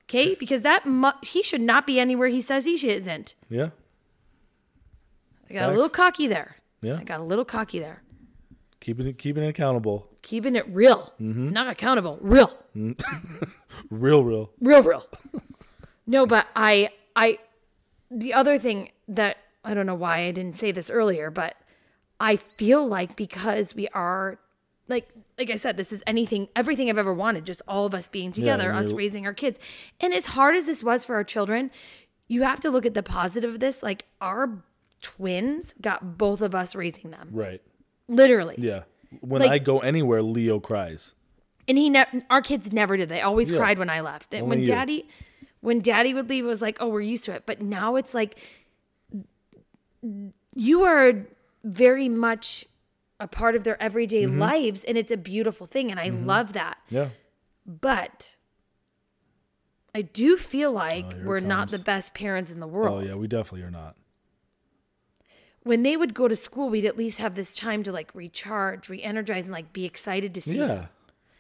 Speaker 1: Okay, because that mu- he should not be anywhere he says he isn't.
Speaker 2: Yeah.
Speaker 1: I got a little
Speaker 2: Facts.
Speaker 1: cocky there.
Speaker 2: Yeah.
Speaker 1: I got a little cocky there.
Speaker 2: Keeping it keeping it accountable.
Speaker 1: Keeping it real,
Speaker 2: Mm-hmm.
Speaker 1: not accountable, real.
Speaker 2: Real real.
Speaker 1: real real no but i i the other thing that i don't know why i didn't say this earlier but i feel like because we are like like i said this is anything everything i've ever wanted just all of us being together
Speaker 2: and
Speaker 1: us
Speaker 2: you-
Speaker 1: raising our kids and as hard as this was for our children you have to look at the positive of this like our twins got both of us raising them
Speaker 2: Right.
Speaker 1: literally
Speaker 2: Yeah. When
Speaker 1: Like-
Speaker 2: I go anywhere, Leo cries.
Speaker 1: and he ne- our kids never did they always
Speaker 2: Yeah.
Speaker 1: cried when i left and
Speaker 2: Only
Speaker 1: when
Speaker 2: you.
Speaker 1: daddy when daddy would leave it was like oh we're used to it but now it's like you are very much a part of their everyday
Speaker 2: Mm-hmm.
Speaker 1: lives and it's a beautiful thing and i love that
Speaker 2: Yeah.
Speaker 1: but i do feel like
Speaker 2: Oh, here it
Speaker 1: we're not
Speaker 2: comes.
Speaker 1: the best parents in the
Speaker 2: Oh
Speaker 1: world
Speaker 2: yeah, we definitely are not.
Speaker 1: when they would go to school we'd at least have this time to like recharge re-energize and like be excited to see them.
Speaker 2: Yeah.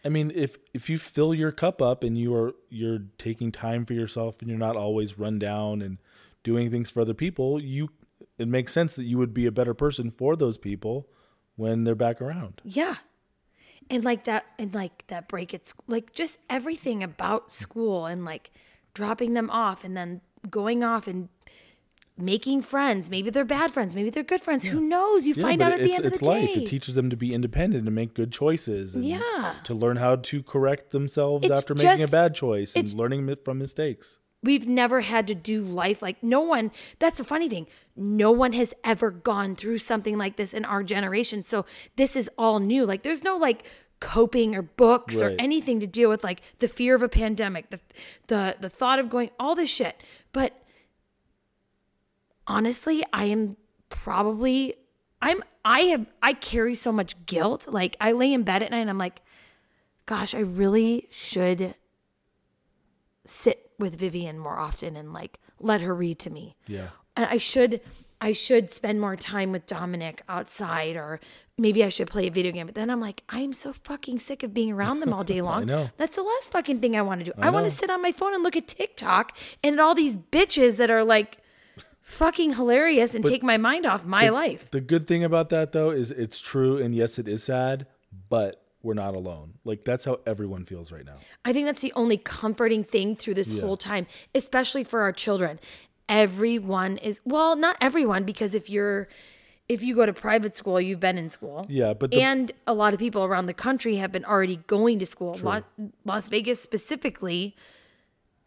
Speaker 2: I mean, if if you fill your cup up and you are you're taking time for yourself and you're not always run down and doing things for other people, you it makes sense that you would be a better person for those people when they're back around.
Speaker 1: Yeah. And like that and like that break at school like just everything about school and like dropping them off and then going off and making friends. Maybe they're bad friends. Maybe they're good friends. Who knows? You
Speaker 2: Yeah,
Speaker 1: find
Speaker 2: but
Speaker 1: out at the
Speaker 2: it's-
Speaker 1: end of
Speaker 2: it's
Speaker 1: the
Speaker 2: life.
Speaker 1: day.
Speaker 2: It teaches them to be independent and make good choices. And
Speaker 1: Yeah.
Speaker 2: To learn how to correct themselves
Speaker 1: It's
Speaker 2: after making a
Speaker 1: just-
Speaker 2: bad choice and
Speaker 1: it's-
Speaker 2: learning mi- from mistakes.
Speaker 1: We've never had to do life like no one. That's the funny thing. No one has ever gone through something like this in our generation. So this is all new. Like there's no like coping or books or
Speaker 2: Right.
Speaker 1: anything to deal with like the fear of a pandemic, the the the thought of going all this shit. But honestly, I am probably I'm I have I carry so much guilt. Like I lay in bed at night and I'm like, gosh, I really should sit with Vivian more often and like let her read to me.
Speaker 2: Yeah.
Speaker 1: And I should I should spend more time with Dominic outside or maybe I should play a video game. But then I'm like, I'm so fucking sick of being around them all day long.
Speaker 2: know.
Speaker 1: That's the last fucking thing I want to do. I, want
Speaker 2: know.
Speaker 1: to sit on my phone and look at TikTok and at all these bitches that are like fucking hilarious and take my mind off my life.
Speaker 2: The good thing about that though is it's true and yes it is sad, but we're not alone. Like that's how everyone feels right now.
Speaker 1: I think that's the only comforting thing through this whole time, especially for our children. Everyone is well, not everyone, because if you're if you go to private school, you've been in school.
Speaker 2: Yeah, but the,
Speaker 1: and a lot of people around the country have been already going to school. Las, Las Vegas specifically,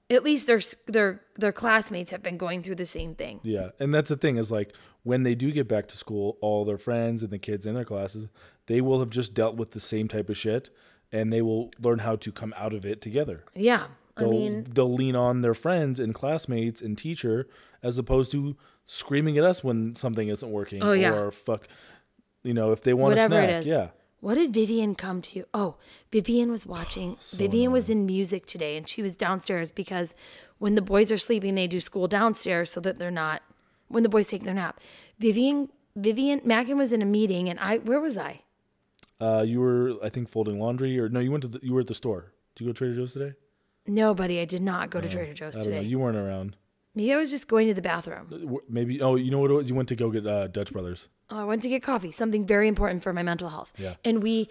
Speaker 1: at least their s- their their classmates have been going through the same thing.
Speaker 2: yeah, and that's the thing is like when they do get back to school, all their friends and the kids in their classes, they will have just dealt with the same type of shit and they will learn how to come out of it together.
Speaker 1: Yeah, I
Speaker 2: They'll,
Speaker 1: mean,
Speaker 2: they'll lean on their friends and classmates and teacher as opposed to screaming at us when something isn't working
Speaker 1: Oh, yeah.
Speaker 2: or fuck you know if they want
Speaker 1: Whatever
Speaker 2: a
Speaker 1: it
Speaker 2: snack
Speaker 1: is.
Speaker 2: yeah
Speaker 1: What did Vivian come to? you? Oh, Vivian was watching. Vivian was in music today and she was downstairs because when the boys are sleeping, they do school downstairs so that they're not when the boys take their nap. Vivian Vivian Mackin was in a meeting and I where was I?
Speaker 2: uh, you were I think folding laundry or no you went to the, you were at the store did you go to Trader Joe's today
Speaker 1: Nobody, I did not go to Trader Joe's
Speaker 2: I don't know
Speaker 1: today.
Speaker 2: you weren't around
Speaker 1: Maybe I was just going to the bathroom.
Speaker 2: W- maybe oh you know what it was you went to go get uh, Dutch Brothers
Speaker 1: Oh, I went to get coffee, something very important for my mental health.
Speaker 2: Yeah.
Speaker 1: And we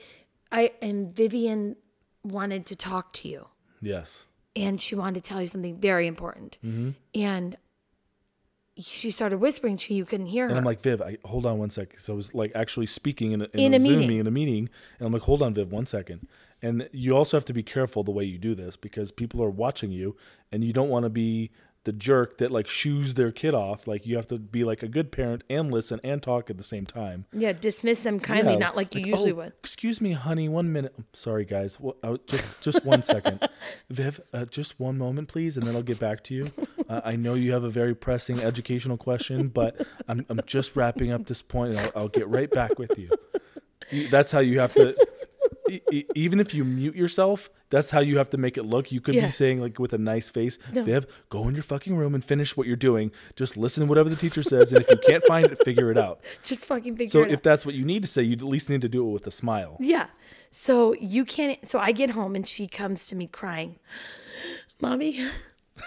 Speaker 1: I and Vivian wanted to talk to you.
Speaker 2: yes
Speaker 1: and she wanted to tell you something very important.
Speaker 2: Mm-hmm.
Speaker 1: And she started whispering to you, you couldn't hear her.
Speaker 2: and I'm like Viv I hold on one sec because I was like actually speaking in a, in
Speaker 1: In
Speaker 2: a,
Speaker 1: a
Speaker 2: Zoom
Speaker 1: meeting.
Speaker 2: meeting in a meeting and I'm like hold on Viv one second and you also have to be careful the way you do this because people are watching you and you don't want to be the jerk that like shoes their kid off like you have to be like a good parent and listen and talk at the same time
Speaker 1: yeah, dismiss them kindly,
Speaker 2: Yeah,
Speaker 1: not like you usually
Speaker 2: "Oh,
Speaker 1: would.
Speaker 2: Excuse me, honey, one minute. I'm sorry, guys. Well, I, just just one second, Viv. Uh, just one moment, please, and then I'll get back to you. Uh, I know you have a very pressing educational question, but I'm I'm just wrapping up this point, and I'll, I'll get right back with you. You- That's how you have to. e- e- Even if you mute yourself, that's how you have to make it look. You could
Speaker 1: Yeah.
Speaker 2: be saying like with a nice face, Viv, go in your fucking room and finish what you're doing. Just listen to whatever the teacher says, and if you can't find it, figure it out.
Speaker 1: Just fucking figure
Speaker 2: So
Speaker 1: it out.
Speaker 2: if that's what you need to say, you at least need to do it with a smile.
Speaker 1: Yeah. So you can't. So I get home and she comes to me crying, Mommy,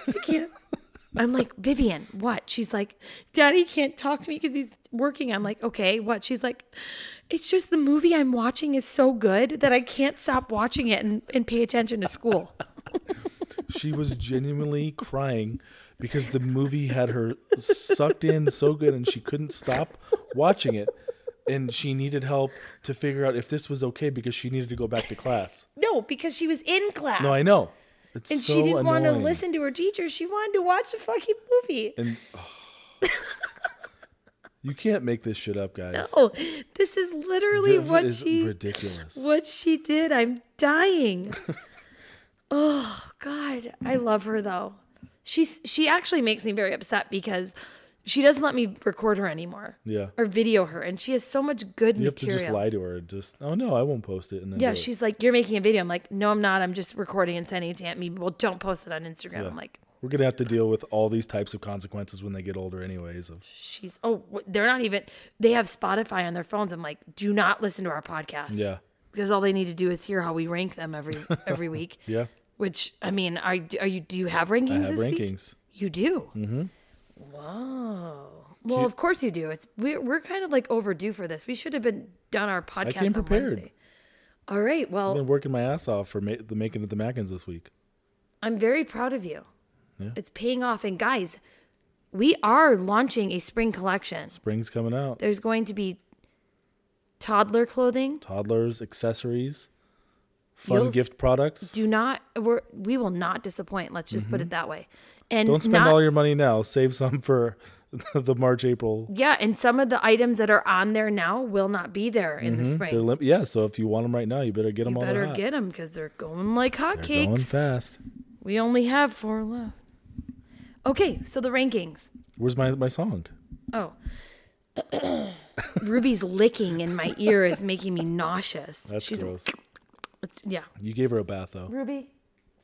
Speaker 1: I can't. I'm like, Vivian, what? She's like, Daddy can't talk to me because he's working. I'm like, okay, what? She's like, it's just the movie I'm watching is so good that I can't stop watching it and, and pay attention to school.
Speaker 2: She was genuinely crying because the movie had her sucked in so good and she couldn't stop watching it. And she needed help to figure out if this was okay because she needed to go back to class.
Speaker 1: No, because she was in class.
Speaker 2: No, I know. It's
Speaker 1: and
Speaker 2: so
Speaker 1: she didn't want to
Speaker 2: annoying.
Speaker 1: listen to her teacher. She wanted to watch a fucking movie.
Speaker 2: And oh. you can't make this shit up, guys.
Speaker 1: Oh, this is literally
Speaker 2: This
Speaker 1: what
Speaker 2: is
Speaker 1: she
Speaker 2: ridiculous.
Speaker 1: what she did. I'm dying. oh God, I love her though. She's she actually makes me very upset because she doesn't let me record her anymore
Speaker 2: Yeah.
Speaker 1: or video her, and she has so much good
Speaker 2: You have to
Speaker 1: material.
Speaker 2: just lie to her. and Just oh no, I won't post it. And then
Speaker 1: yeah,
Speaker 2: do it.
Speaker 1: she's like, "You're making a video." I'm like, "No, I'm not. I'm just recording and sending it to Aunt Mimi." Well, don't post it on Instagram. I'm like,
Speaker 2: we're gonna have to deal with all these types of consequences when they get older, anyways. Of
Speaker 1: she's oh wh- they're not even they have spotify on their phones i'm like do not listen to our podcast
Speaker 2: yeah,
Speaker 1: because all they need to do is hear how we rank them every every week
Speaker 2: yeah.
Speaker 1: which i mean are, are you do you have rankings
Speaker 2: I have
Speaker 1: this week?
Speaker 2: rankings.
Speaker 1: you do mm-hmm wow well of course you do it's we're, we're kind of like overdue for this we should have been done our podcast
Speaker 2: came
Speaker 1: on
Speaker 2: prepared.
Speaker 1: Wednesday. all right well
Speaker 2: I've been working my ass off for ma- the making of the Mackins this week.
Speaker 1: I'm very proud of you. It's paying off. And guys, we are launching a spring collection.
Speaker 2: Spring's coming out.
Speaker 1: There's going to be toddler clothing.
Speaker 2: Toddlers, accessories, fun
Speaker 1: You'll-
Speaker 2: gift products.
Speaker 1: Do not we're we will not disappoint. Let's just put it that way. And
Speaker 2: Mm-hmm. Don't spend
Speaker 1: not,
Speaker 2: all your money now. Save some for the March, April.
Speaker 1: yeah, and some of the items that are on there now will not be there in the
Speaker 2: Mm-hmm. They're
Speaker 1: spring.
Speaker 2: lim- yeah, so if you want them right now, you better get them
Speaker 1: You
Speaker 2: all. they're
Speaker 1: better
Speaker 2: hot.
Speaker 1: get them because they're going like
Speaker 2: They're going
Speaker 1: hotcakes.
Speaker 2: fast.
Speaker 1: We only have four left. Okay, so the rankings.
Speaker 2: Where's my, my song?
Speaker 1: Oh. Ruby's licking in my ear is making me nauseous.
Speaker 2: That's
Speaker 1: She's
Speaker 2: gross.
Speaker 1: it's- yeah.
Speaker 2: You gave her a bath though.
Speaker 1: Ruby,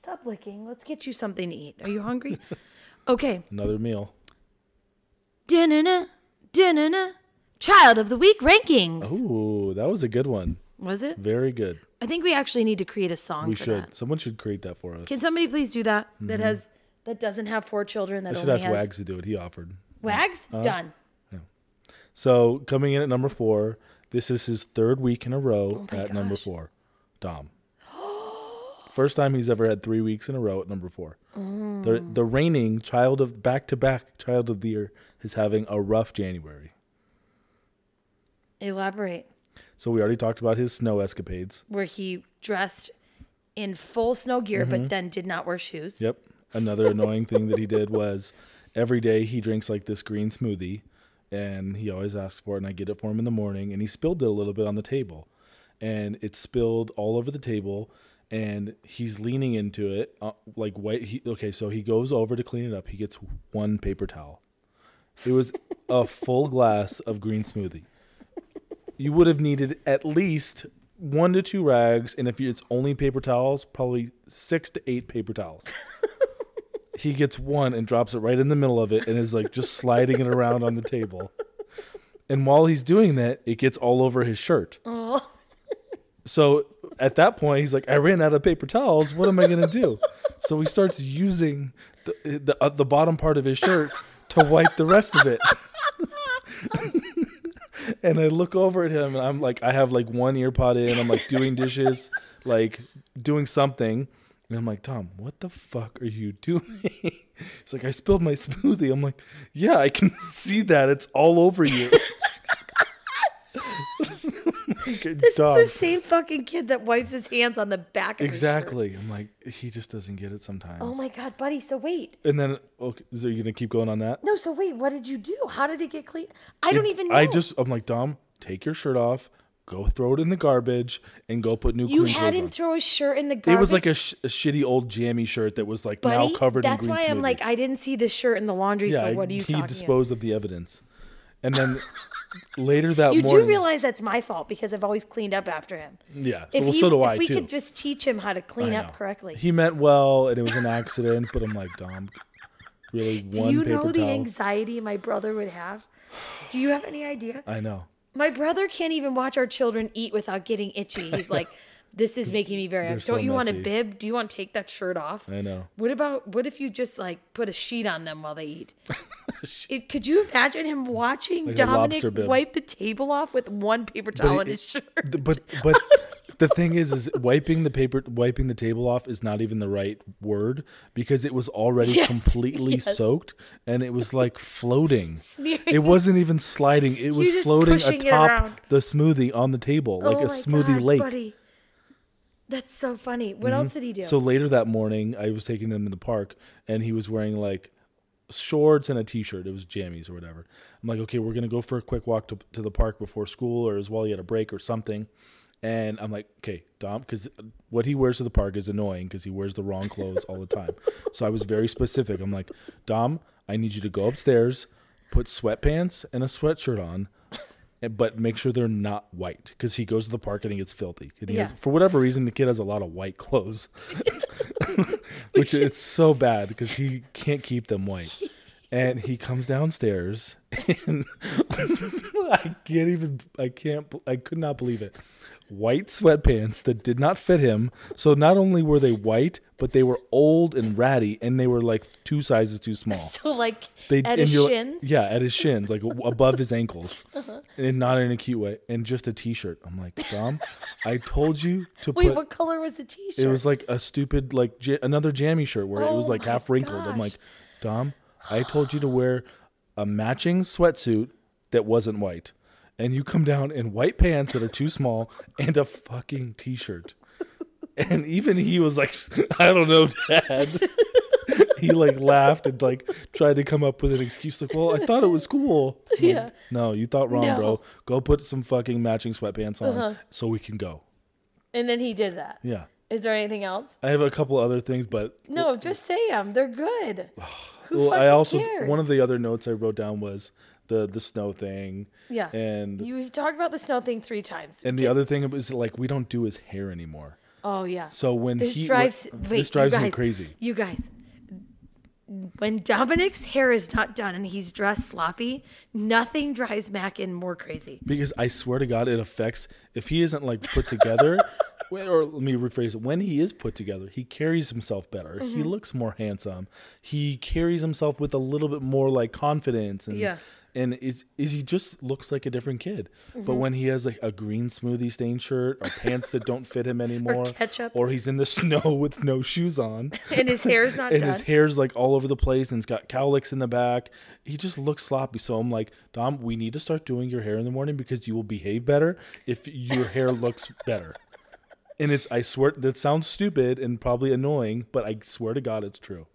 Speaker 1: stop licking. Let's get you something to eat. Are you hungry? okay.
Speaker 2: Another meal.
Speaker 1: Da-na-na, da-na-na. Child of the week rankings.
Speaker 2: Oh. Ooh, that was a good one.
Speaker 1: Was it?
Speaker 2: Very good.
Speaker 1: I think we actually need to create a song
Speaker 2: We
Speaker 1: for
Speaker 2: should.
Speaker 1: that.
Speaker 2: Someone should create that for us.
Speaker 1: Can somebody please do that? That has that doesn't have four children. That
Speaker 2: I should
Speaker 1: only
Speaker 2: ask
Speaker 1: has
Speaker 2: Wags Uh-huh. to do it. He offered.
Speaker 1: Wags? Done.
Speaker 2: So coming in at number four, this is his third week in a row
Speaker 1: Oh my
Speaker 2: at number
Speaker 1: gosh.
Speaker 2: four. Dom. First time he's ever had three weeks in a row at number four. The
Speaker 1: Oh.
Speaker 2: the reigning child of back to back child of the year is having a rough January.
Speaker 1: Elaborate.
Speaker 2: So we already talked about his snow escapades.
Speaker 1: Where he dressed in full snow gear,
Speaker 2: Mm-hmm.
Speaker 1: but then did not wear shoes.
Speaker 2: Yep. Another annoying thing that he did was every day he drinks like this green smoothie and he always asks for it and I get it for him in the morning and he spilled it a little bit on the table. And it spilled all over the table and he's leaning into it uh, like white he, okay so he goes over to clean it up. He gets one paper towel. It was a full glass of green smoothie. You would have needed at least one to two rags, and if it's only paper towels, probably six to eight paper towels. he gets one and drops it right in the middle of it and is like just sliding it around on the table. And while he's doing that, it gets all over his shirt.
Speaker 1: Oh.
Speaker 2: So at that point, he's like, "I ran out of paper towels. What am I gonna do?" So he starts using the the, uh, the bottom part of his shirt to wipe the rest of it. and I look over at him, and I'm like, I have like one ear pod in. I'm like doing dishes, like doing something. And I'm like, Tom, what the fuck are you doing? He's like, I spilled my smoothie. I'm like, yeah, I can see that. It's all over you. Good dog.
Speaker 1: the same fucking kid that wipes his hands on the back of his shirt.
Speaker 2: Exactly. I'm like, he just doesn't get it sometimes.
Speaker 1: Oh my god, buddy. So wait.
Speaker 2: and then, okay, so you're gonna keep going on that?
Speaker 1: No, so wait, what did you do? How did it get clean? I don't even know.
Speaker 2: I just, I'm like, Dom, take your shirt off, go throw it in the garbage, and go put new
Speaker 1: You
Speaker 2: clean
Speaker 1: had
Speaker 2: clothes
Speaker 1: him
Speaker 2: on.
Speaker 1: throw his shirt in the garbage.
Speaker 2: It was like a, sh- a shitty old jammy shirt that was like
Speaker 1: buddy.
Speaker 2: now covered
Speaker 1: That's
Speaker 2: in green
Speaker 1: why I'm
Speaker 2: smoothie.
Speaker 1: like, I didn't see the shirt in the laundry,
Speaker 2: yeah,
Speaker 1: so what are you
Speaker 2: he
Speaker 1: talking
Speaker 2: disposed of the evidence, and then later that
Speaker 1: about? You
Speaker 2: morning,
Speaker 1: do realize that's my fault because I've always cleaned up after him.
Speaker 2: yeah. Mm, So,
Speaker 1: if
Speaker 2: well,
Speaker 1: you-
Speaker 2: so do
Speaker 1: if
Speaker 2: I
Speaker 1: we
Speaker 2: too.
Speaker 1: could just teach him how to clean
Speaker 2: I
Speaker 1: up
Speaker 2: know.
Speaker 1: correctly.
Speaker 2: He meant well, and it was an accident. but I'm like, Dom, really
Speaker 1: do
Speaker 2: one
Speaker 1: you
Speaker 2: paper
Speaker 1: know the
Speaker 2: towel.
Speaker 1: anxiety my brother would have? Do you have any idea?
Speaker 2: I know.
Speaker 1: My brother can't even watch our children eat without getting itchy. He's like, this is making me very. Don't
Speaker 2: so
Speaker 1: you want a
Speaker 2: messy.
Speaker 1: bib? Do you want to take that shirt off?
Speaker 2: I know.
Speaker 1: What about what if you just like put a sheet on them while they eat? It- could you imagine him watching
Speaker 2: Like a
Speaker 1: Dominic
Speaker 2: lobster bib.
Speaker 1: wipe the table off with one paper towel
Speaker 2: it-
Speaker 1: in his shirt?
Speaker 2: Th- but but the thing is is wiping the paper wiping the table off is not even the right word because it was already
Speaker 1: Yes,
Speaker 2: completely
Speaker 1: yes.
Speaker 2: soaked and it was like floating
Speaker 1: Smearing
Speaker 2: it wasn't even sliding it was
Speaker 1: just
Speaker 2: floating
Speaker 1: pushing it around.
Speaker 2: atop the smoothie on the table like
Speaker 1: Oh
Speaker 2: a
Speaker 1: my
Speaker 2: smoothie
Speaker 1: God,
Speaker 2: lake Mm-hmm.
Speaker 1: buddy. That's so funny. What else did he do?
Speaker 2: so later that morning i was taking him in the park and he was wearing like shorts and a t-shirt it was jammies or whatever i'm like okay we're gonna go for a quick walk to, to the park before school or as well he had a break or something and i'm like okay dom because what he wears to the park is annoying because he wears the wrong clothes all the time so i was very specific i'm like dom i need you to go upstairs put sweatpants and a sweatshirt on and- but make sure they're not white because he goes to the park and he gets filthy. And he has,
Speaker 1: Yeah.
Speaker 2: for whatever reason, the kid has a lot of white clothes, which it's so bad because he can't keep them white. And he comes downstairs, and I can't even, I can't, I could not believe it. White sweatpants that did not fit him. So not only were they white, but they were old and ratty, and they were like two sizes too small
Speaker 1: So, like
Speaker 2: they
Speaker 1: at
Speaker 2: and
Speaker 1: his
Speaker 2: you're-
Speaker 1: shin.
Speaker 2: Yeah, at his shins, like w- above his ankles,
Speaker 1: Uh-huh.
Speaker 2: and not in a cute way, and just a t-shirt. I'm like, Dom, I told you to
Speaker 1: Wait,
Speaker 2: put.
Speaker 1: what color was the t-shirt?
Speaker 2: it was like a stupid, like j- another jammy shirt where it was
Speaker 1: Oh
Speaker 2: like
Speaker 1: my
Speaker 2: half wrinkled. I'm
Speaker 1: gosh.
Speaker 2: like, Dom, I told you to wear a matching sweatsuit that wasn't white, and you come down in white pants that are too small and a fucking t-shirt. And even he was like, "I don't know, Dad." he like laughed and like tried to come up with an excuse like, "Well, I thought it was cool." I'm like,
Speaker 1: Yeah.
Speaker 2: no, you thought wrong,
Speaker 1: No. Uh-huh.
Speaker 2: bro. Go put some fucking matching sweatpants on so we can go.
Speaker 1: And then he did that. Is
Speaker 2: Yeah.
Speaker 1: there anything else?
Speaker 2: I have a couple other things, but
Speaker 1: No, just say them. They're good. Who
Speaker 2: well,
Speaker 1: fucking
Speaker 2: I also
Speaker 1: cares?
Speaker 2: one of the other notes I wrote down was the the snow thing.
Speaker 1: yeah.
Speaker 2: And
Speaker 1: You've talked about the snow thing three times.
Speaker 2: and the other thing was like we don't do his hair anymore.
Speaker 1: oh yeah.
Speaker 2: So when
Speaker 1: this
Speaker 2: he
Speaker 1: drives
Speaker 2: when-
Speaker 1: wait,
Speaker 2: this drives
Speaker 1: you guys,
Speaker 2: me crazy.
Speaker 1: You guys, when Dominic's hair is not done and he's dressed sloppy, nothing drives Mackin more crazy.
Speaker 2: Because I swear to God, it affects if he isn't like put together, when- or let me rephrase it. When he is put together, he carries himself better.
Speaker 1: Mm-hmm.
Speaker 2: He looks more handsome. He carries himself with a little bit more like confidence. And,
Speaker 1: Yeah.
Speaker 2: And it, it, he just looks like a different kid.
Speaker 1: Mm-hmm.
Speaker 2: But when he has like a green smoothie stained shirt or pants that don't fit him anymore,
Speaker 1: ketchup.
Speaker 2: or he's in the snow with no shoes on,
Speaker 1: And his hair's not
Speaker 2: and
Speaker 1: done.
Speaker 2: his hair's like all over the place and it's got cowlicks in the back. He just looks sloppy. So I'm like, Dom, we need to start doing your hair in the morning because you will behave better if your hair looks better. And it's I swear that sounds stupid and probably annoying, but I swear to God it's true.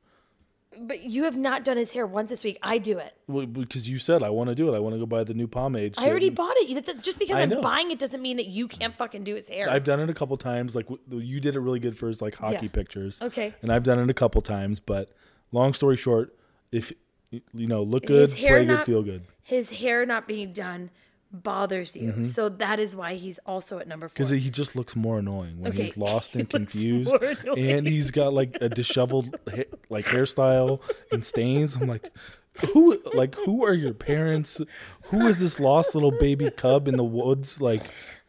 Speaker 1: but you have not done his hair once this week. I do it.
Speaker 2: Well, Because you said I want to do it. I want to go buy the new pomade.
Speaker 1: I already bought it. That- that's- Just because
Speaker 2: I
Speaker 1: I'm
Speaker 2: know.
Speaker 1: buying it doesn't mean that you can't fucking do his hair.
Speaker 2: I've done it a couple times. Like w- you did it really good for his like hockey
Speaker 1: Yeah.
Speaker 2: pictures.
Speaker 1: Okay.
Speaker 2: And I've done it a couple times, but long story short, if you know, look good,
Speaker 1: His hair
Speaker 2: play good,
Speaker 1: not-
Speaker 2: feel good.
Speaker 1: his hair not being done bothers you. So that is why he's also at number four.
Speaker 2: Because Mm-hmm. he just looks more annoying when he's
Speaker 1: Okay,
Speaker 2: lost
Speaker 1: he
Speaker 2: and
Speaker 1: looks
Speaker 2: confused,
Speaker 1: more annoying.
Speaker 2: and he's got like a disheveled ha- like hairstyle and stains. I'm like, who like who are your parents? Who is this lost little baby cub in the woods? Like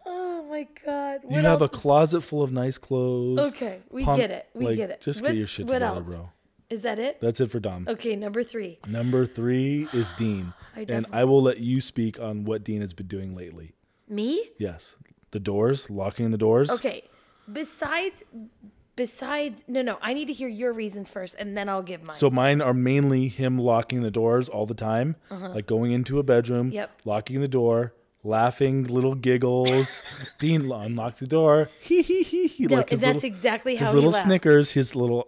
Speaker 1: oh my god. What
Speaker 2: you have a
Speaker 1: else?
Speaker 2: closet full of nice clothes.
Speaker 1: Okay, we
Speaker 2: pump-
Speaker 1: get it. We
Speaker 2: like,
Speaker 1: get it.
Speaker 2: Just get your
Speaker 1: What's-
Speaker 2: shit
Speaker 1: what
Speaker 2: together,
Speaker 1: else?
Speaker 2: bro.
Speaker 1: Is that it?
Speaker 2: That's it for Dom.
Speaker 1: Okay, number three.
Speaker 2: Number three is Dean, and
Speaker 1: definitely-
Speaker 2: I will let you speak on what Dean has been doing lately.
Speaker 1: Me?
Speaker 2: Yes, the doors, locking the doors.
Speaker 1: Okay. Besides, besides, no, no. I need to hear your reasons first, and then I'll give mine.
Speaker 2: So mine are mainly him locking the doors all the time, like going into a bedroom,
Speaker 1: Uh-huh. Yep.
Speaker 2: locking the door, laughing, little giggles. Dean lo- unlocks the door, hee hee hee hee.
Speaker 1: no,
Speaker 2: like his
Speaker 1: that's
Speaker 2: little,
Speaker 1: exactly how
Speaker 2: his
Speaker 1: he
Speaker 2: little
Speaker 1: laughed.
Speaker 2: snickers, his little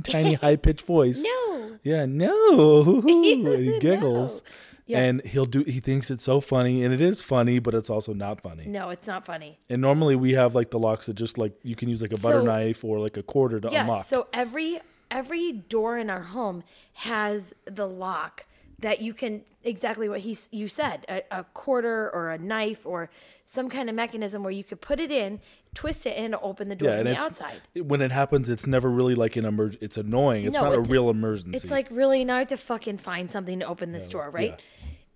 Speaker 2: tiny high pitched voice.
Speaker 1: No.
Speaker 2: Yeah, no. and he giggles.
Speaker 1: No. Yeah.
Speaker 2: And he'll do. He thinks it's so funny, and it is funny, but it's also not funny.
Speaker 1: No, it's not funny.
Speaker 2: And normally we have like the locks that just like you can use like a butter
Speaker 1: So-
Speaker 2: knife or like a quarter to
Speaker 1: Yeah.
Speaker 2: unlock.
Speaker 1: So every every door in our home has the lock that you can exactly what he s- you said a, a quarter or a knife or some kind of mechanism where you could put it in, twist it in, open the door
Speaker 2: Yeah,
Speaker 1: from
Speaker 2: and
Speaker 1: the
Speaker 2: it's
Speaker 1: outside.
Speaker 2: when it happens, it's never really like an emerg. It's annoying. It's
Speaker 1: No,
Speaker 2: not
Speaker 1: it's-
Speaker 2: a real emergency.
Speaker 1: It's like really now I have to fucking find something to open this door, right?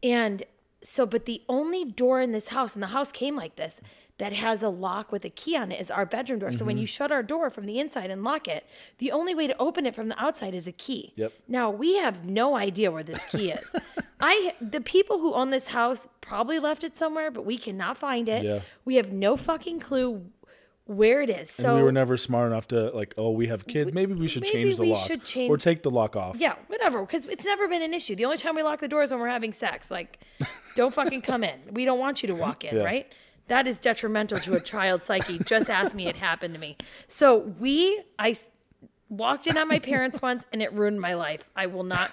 Speaker 1: And so, but the only door in this house, and the house came like this, that has a lock with a key on it is our bedroom door. So when
Speaker 2: Mm-hmm.
Speaker 1: you shut our door from the inside and lock it, the only way to open it from the outside is a key.
Speaker 2: Yep.
Speaker 1: Now we have no idea where this key is. I the people who own this house probably left it somewhere, but we cannot find it.
Speaker 2: Yeah.
Speaker 1: We have no fucking clue where it is. So
Speaker 2: we were never smart enough to like. Oh, we have kids. Maybe we should
Speaker 1: maybe
Speaker 2: change the
Speaker 1: we
Speaker 2: lock
Speaker 1: should change-
Speaker 2: or take the lock off.
Speaker 1: Yeah, whatever. Because it's never been an issue. The only time we lock the door is when we're having sex. Like, don't fucking come in. We don't want you to walk in,
Speaker 2: Yeah.
Speaker 1: right? That is detrimental to a child's psyche. Just ask me. It happened to me. So we, I s- walked in on my parents once and it ruined my life. I will not.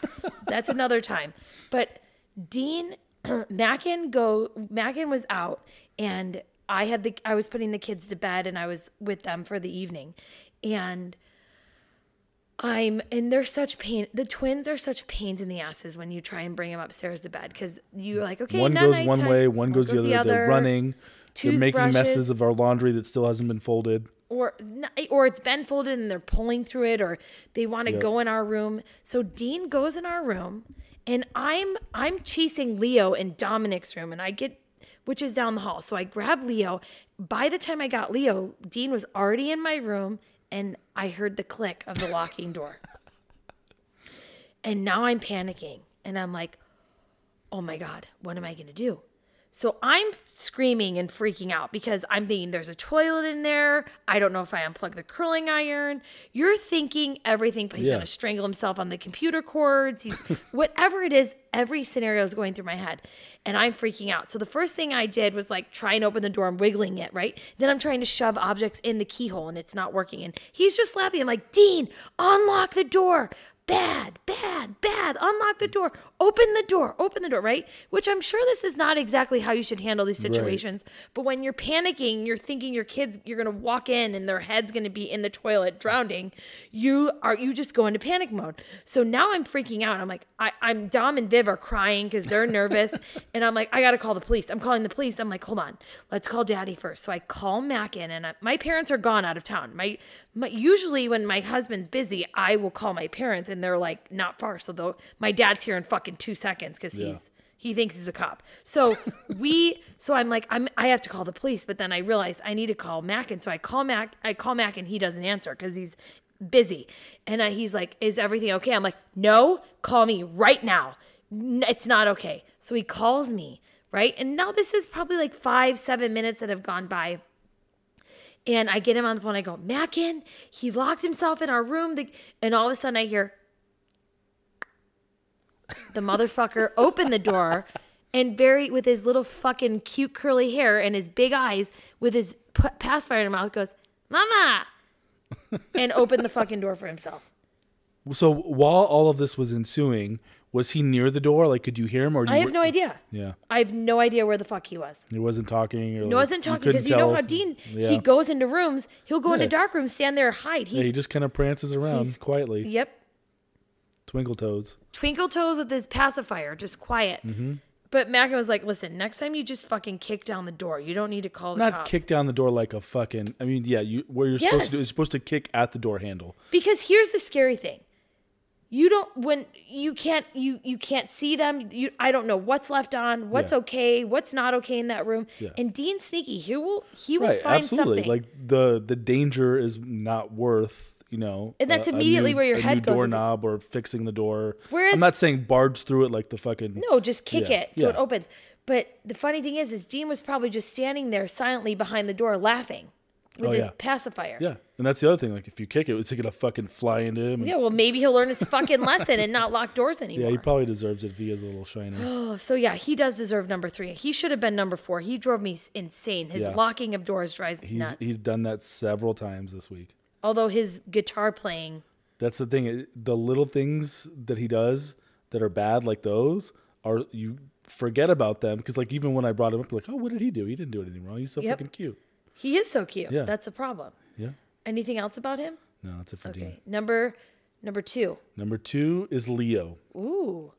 Speaker 1: That's another time. But Dean Mackin go Mackin was out and I had the I was putting the kids to bed and I was with them for the evening. And I'm and they're such pain. The twins are such pains in the asses when you try and bring them upstairs to bed because you're like, okay,
Speaker 2: one
Speaker 1: now
Speaker 2: goes one
Speaker 1: nighttime.
Speaker 2: way, one goes, the, other. They're running. They're making
Speaker 1: Toothbrushes.
Speaker 2: messes of our laundry that still hasn't been folded.
Speaker 1: or eh, or it's been folded and they're pulling through it or they want to go in our room so dean goes in our room and i'm i'm chasing leo in dominic's room and i get which is down the hall so i grab leo by the time i got leo dean was already in my room and i heard the click of the locking door and now i'm panicking and i'm like oh my god what am i going to do So I'm screaming and freaking out because I'm thinking there's a toilet in there. I don't know if I unplug the curling iron. You're thinking everything, but he's
Speaker 2: Yeah.
Speaker 1: going to strangle himself on the computer cords. He's, whatever it is, every scenario is going through my head and I'm freaking out. So the first thing I did was like try and open the door. I'm wiggling it, right? Then I'm trying to shove objects in the keyhole and it's not working. And he's just laughing. I'm like, Dean, unlock the door bad, bad, bad. Unlock the door. Open the door. Open the door, right? Which I'm sure this is not exactly how you should handle these situations. But when you're panicking, you're thinking your kids you're going to walk in and their head's going to be in the toilet drowning, you are you just go into panic mode. So now I'm freaking out. I'm like I I'm Dom and Viv are crying cuz they're nervous and I'm like I got to call the police. I'm calling the police. I'm like, "Hold on. Let's call daddy first. So I call Mac in and I, my parents are gone out of town. My my, usually when my husband's busy, I will call my parents and they're like not far. So though my dad's here in fucking two seconds because
Speaker 2: Yeah.
Speaker 1: he's he thinks he's a cop. So we so I'm like I'm I have to call the police, but then I realize I need to call Mac and so I call Mac I call Mac and he doesn't answer because he's busy and I, he's like, "Is everything okay?" I'm like, "No, call me right now. N- It's not okay." So he calls me right, and now this is probably like five seven minutes that have gone by. And I get him on the phone. I go, Mackin, he locked himself in our room. The, and all of a sudden I hear the motherfucker open the door and Barry, with his little fucking cute curly hair and his big eyes, with his p- pacifier in his mouth, goes, Mama, and opened the fucking door for himself.
Speaker 2: So while all of this was ensuing, was he near the door? Like, could you hear him? Or you
Speaker 1: I have
Speaker 2: were-
Speaker 1: no idea.
Speaker 2: Yeah,
Speaker 1: I have no idea where the fuck he was.
Speaker 2: he wasn't talking. Or
Speaker 1: He wasn't talking because you, know how Dean, he goes into rooms, he'll go into dark rooms, stand there, hide. He's,
Speaker 2: he just kind of prances around quietly,
Speaker 1: yep,
Speaker 2: twinkle toes.
Speaker 1: Twinkle Toes with his pacifier, just quiet.
Speaker 2: Mm-hmm.
Speaker 1: But Mackin was like, "Listen, next time you just fucking kick down the door. You don't need to call the
Speaker 2: Not
Speaker 1: cops."
Speaker 2: kick down the door like a fucking. I mean, yeah, you what you're supposed to do
Speaker 1: Yes.
Speaker 2: is supposed to kick at the door handle.
Speaker 1: because here's the scary thing: you don't when you can't you you can't see them. You I don't know what's left on, what's
Speaker 2: Yeah.
Speaker 1: okay, what's not okay in that room.
Speaker 2: Yeah.
Speaker 1: And Dean Sneaky, he will he will
Speaker 2: Right,
Speaker 1: find
Speaker 2: absolutely.
Speaker 1: something.
Speaker 2: Like the the danger is not worth you know.
Speaker 1: And that's
Speaker 2: a- a
Speaker 1: immediately
Speaker 2: new-
Speaker 1: where your
Speaker 2: a
Speaker 1: head
Speaker 2: new
Speaker 1: goes, is-
Speaker 2: doorknob or fixing the door.
Speaker 1: Whereas-
Speaker 2: I'm not saying barge through it like the fucking.
Speaker 1: No, just kick
Speaker 2: Yeah,
Speaker 1: it so it
Speaker 2: yeah.
Speaker 1: opens. But the funny thing is, is Dean was probably just standing there silently behind the door, laughing with
Speaker 2: Oh,
Speaker 1: his
Speaker 2: yeah.
Speaker 1: pacifier.
Speaker 2: Yeah, and that's the other thing. Like if you kick it, it's gonna fucking fly into him. and-
Speaker 1: Yeah, well, maybe he'll learn his fucking lesson and not lock doors anymore. Oh,
Speaker 2: yeah, he probably deserves it if he is a little shiner.
Speaker 1: So yeah, he does deserve number three. He should have been number four. He drove me s- insane. His
Speaker 2: Yeah.
Speaker 1: locking of doors drives me
Speaker 2: He's
Speaker 1: nuts.
Speaker 2: he's done that several times this week.
Speaker 1: Although his guitar playing,
Speaker 2: That's the thing. it- The little things that he does that are bad, like those, are you forget about them because, like, even when I brought him up, like, oh, what did he do? He didn't do anything wrong. He's so
Speaker 1: Yep.
Speaker 2: fucking cute.
Speaker 1: he is so cute.
Speaker 2: Yeah.
Speaker 1: That's a problem.
Speaker 2: Yeah.
Speaker 1: Anything else about him?
Speaker 2: No, that's it for
Speaker 1: Okay,
Speaker 2: Dean.
Speaker 1: number number two.
Speaker 2: Number two is Leo.
Speaker 1: Ooh,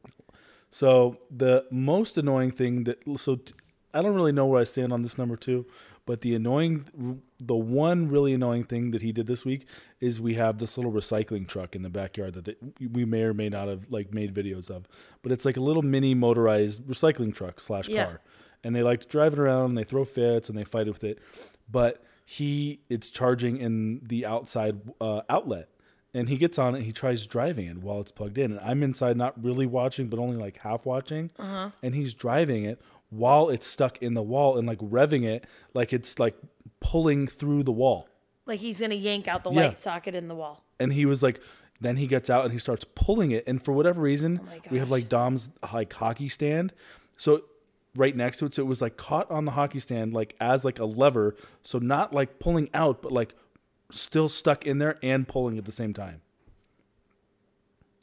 Speaker 2: So the most annoying thing that so t- I don't really know where I stand on this number two, but the annoying, the one really annoying thing that he did this week is we have this little recycling truck in the backyard that they- we may or may not have like made videos of, but it's like a little mini motorized recycling truck slash
Speaker 1: Yeah.
Speaker 2: car, and they like to drive it around and they throw fits and they fight with it, but he it's charging in the outside uh, outlet and he gets on it. He tries driving it while it's plugged in, and I'm inside, not really watching, but only like half watching. And he's driving it while it's stuck in the wall and like revving it, like it's like pulling through the wall.
Speaker 1: like he's gonna yank out the
Speaker 2: Yeah.
Speaker 1: light socket in the wall.
Speaker 2: And he was like, then he gets out and he starts pulling it, and for whatever reason,
Speaker 1: Oh my
Speaker 2: we have like Dom's like hockey stand, so right next to it, so it was like caught on the hockey stand, like as like a lever, so not like pulling out, but like still stuck in there and pulling at the same time.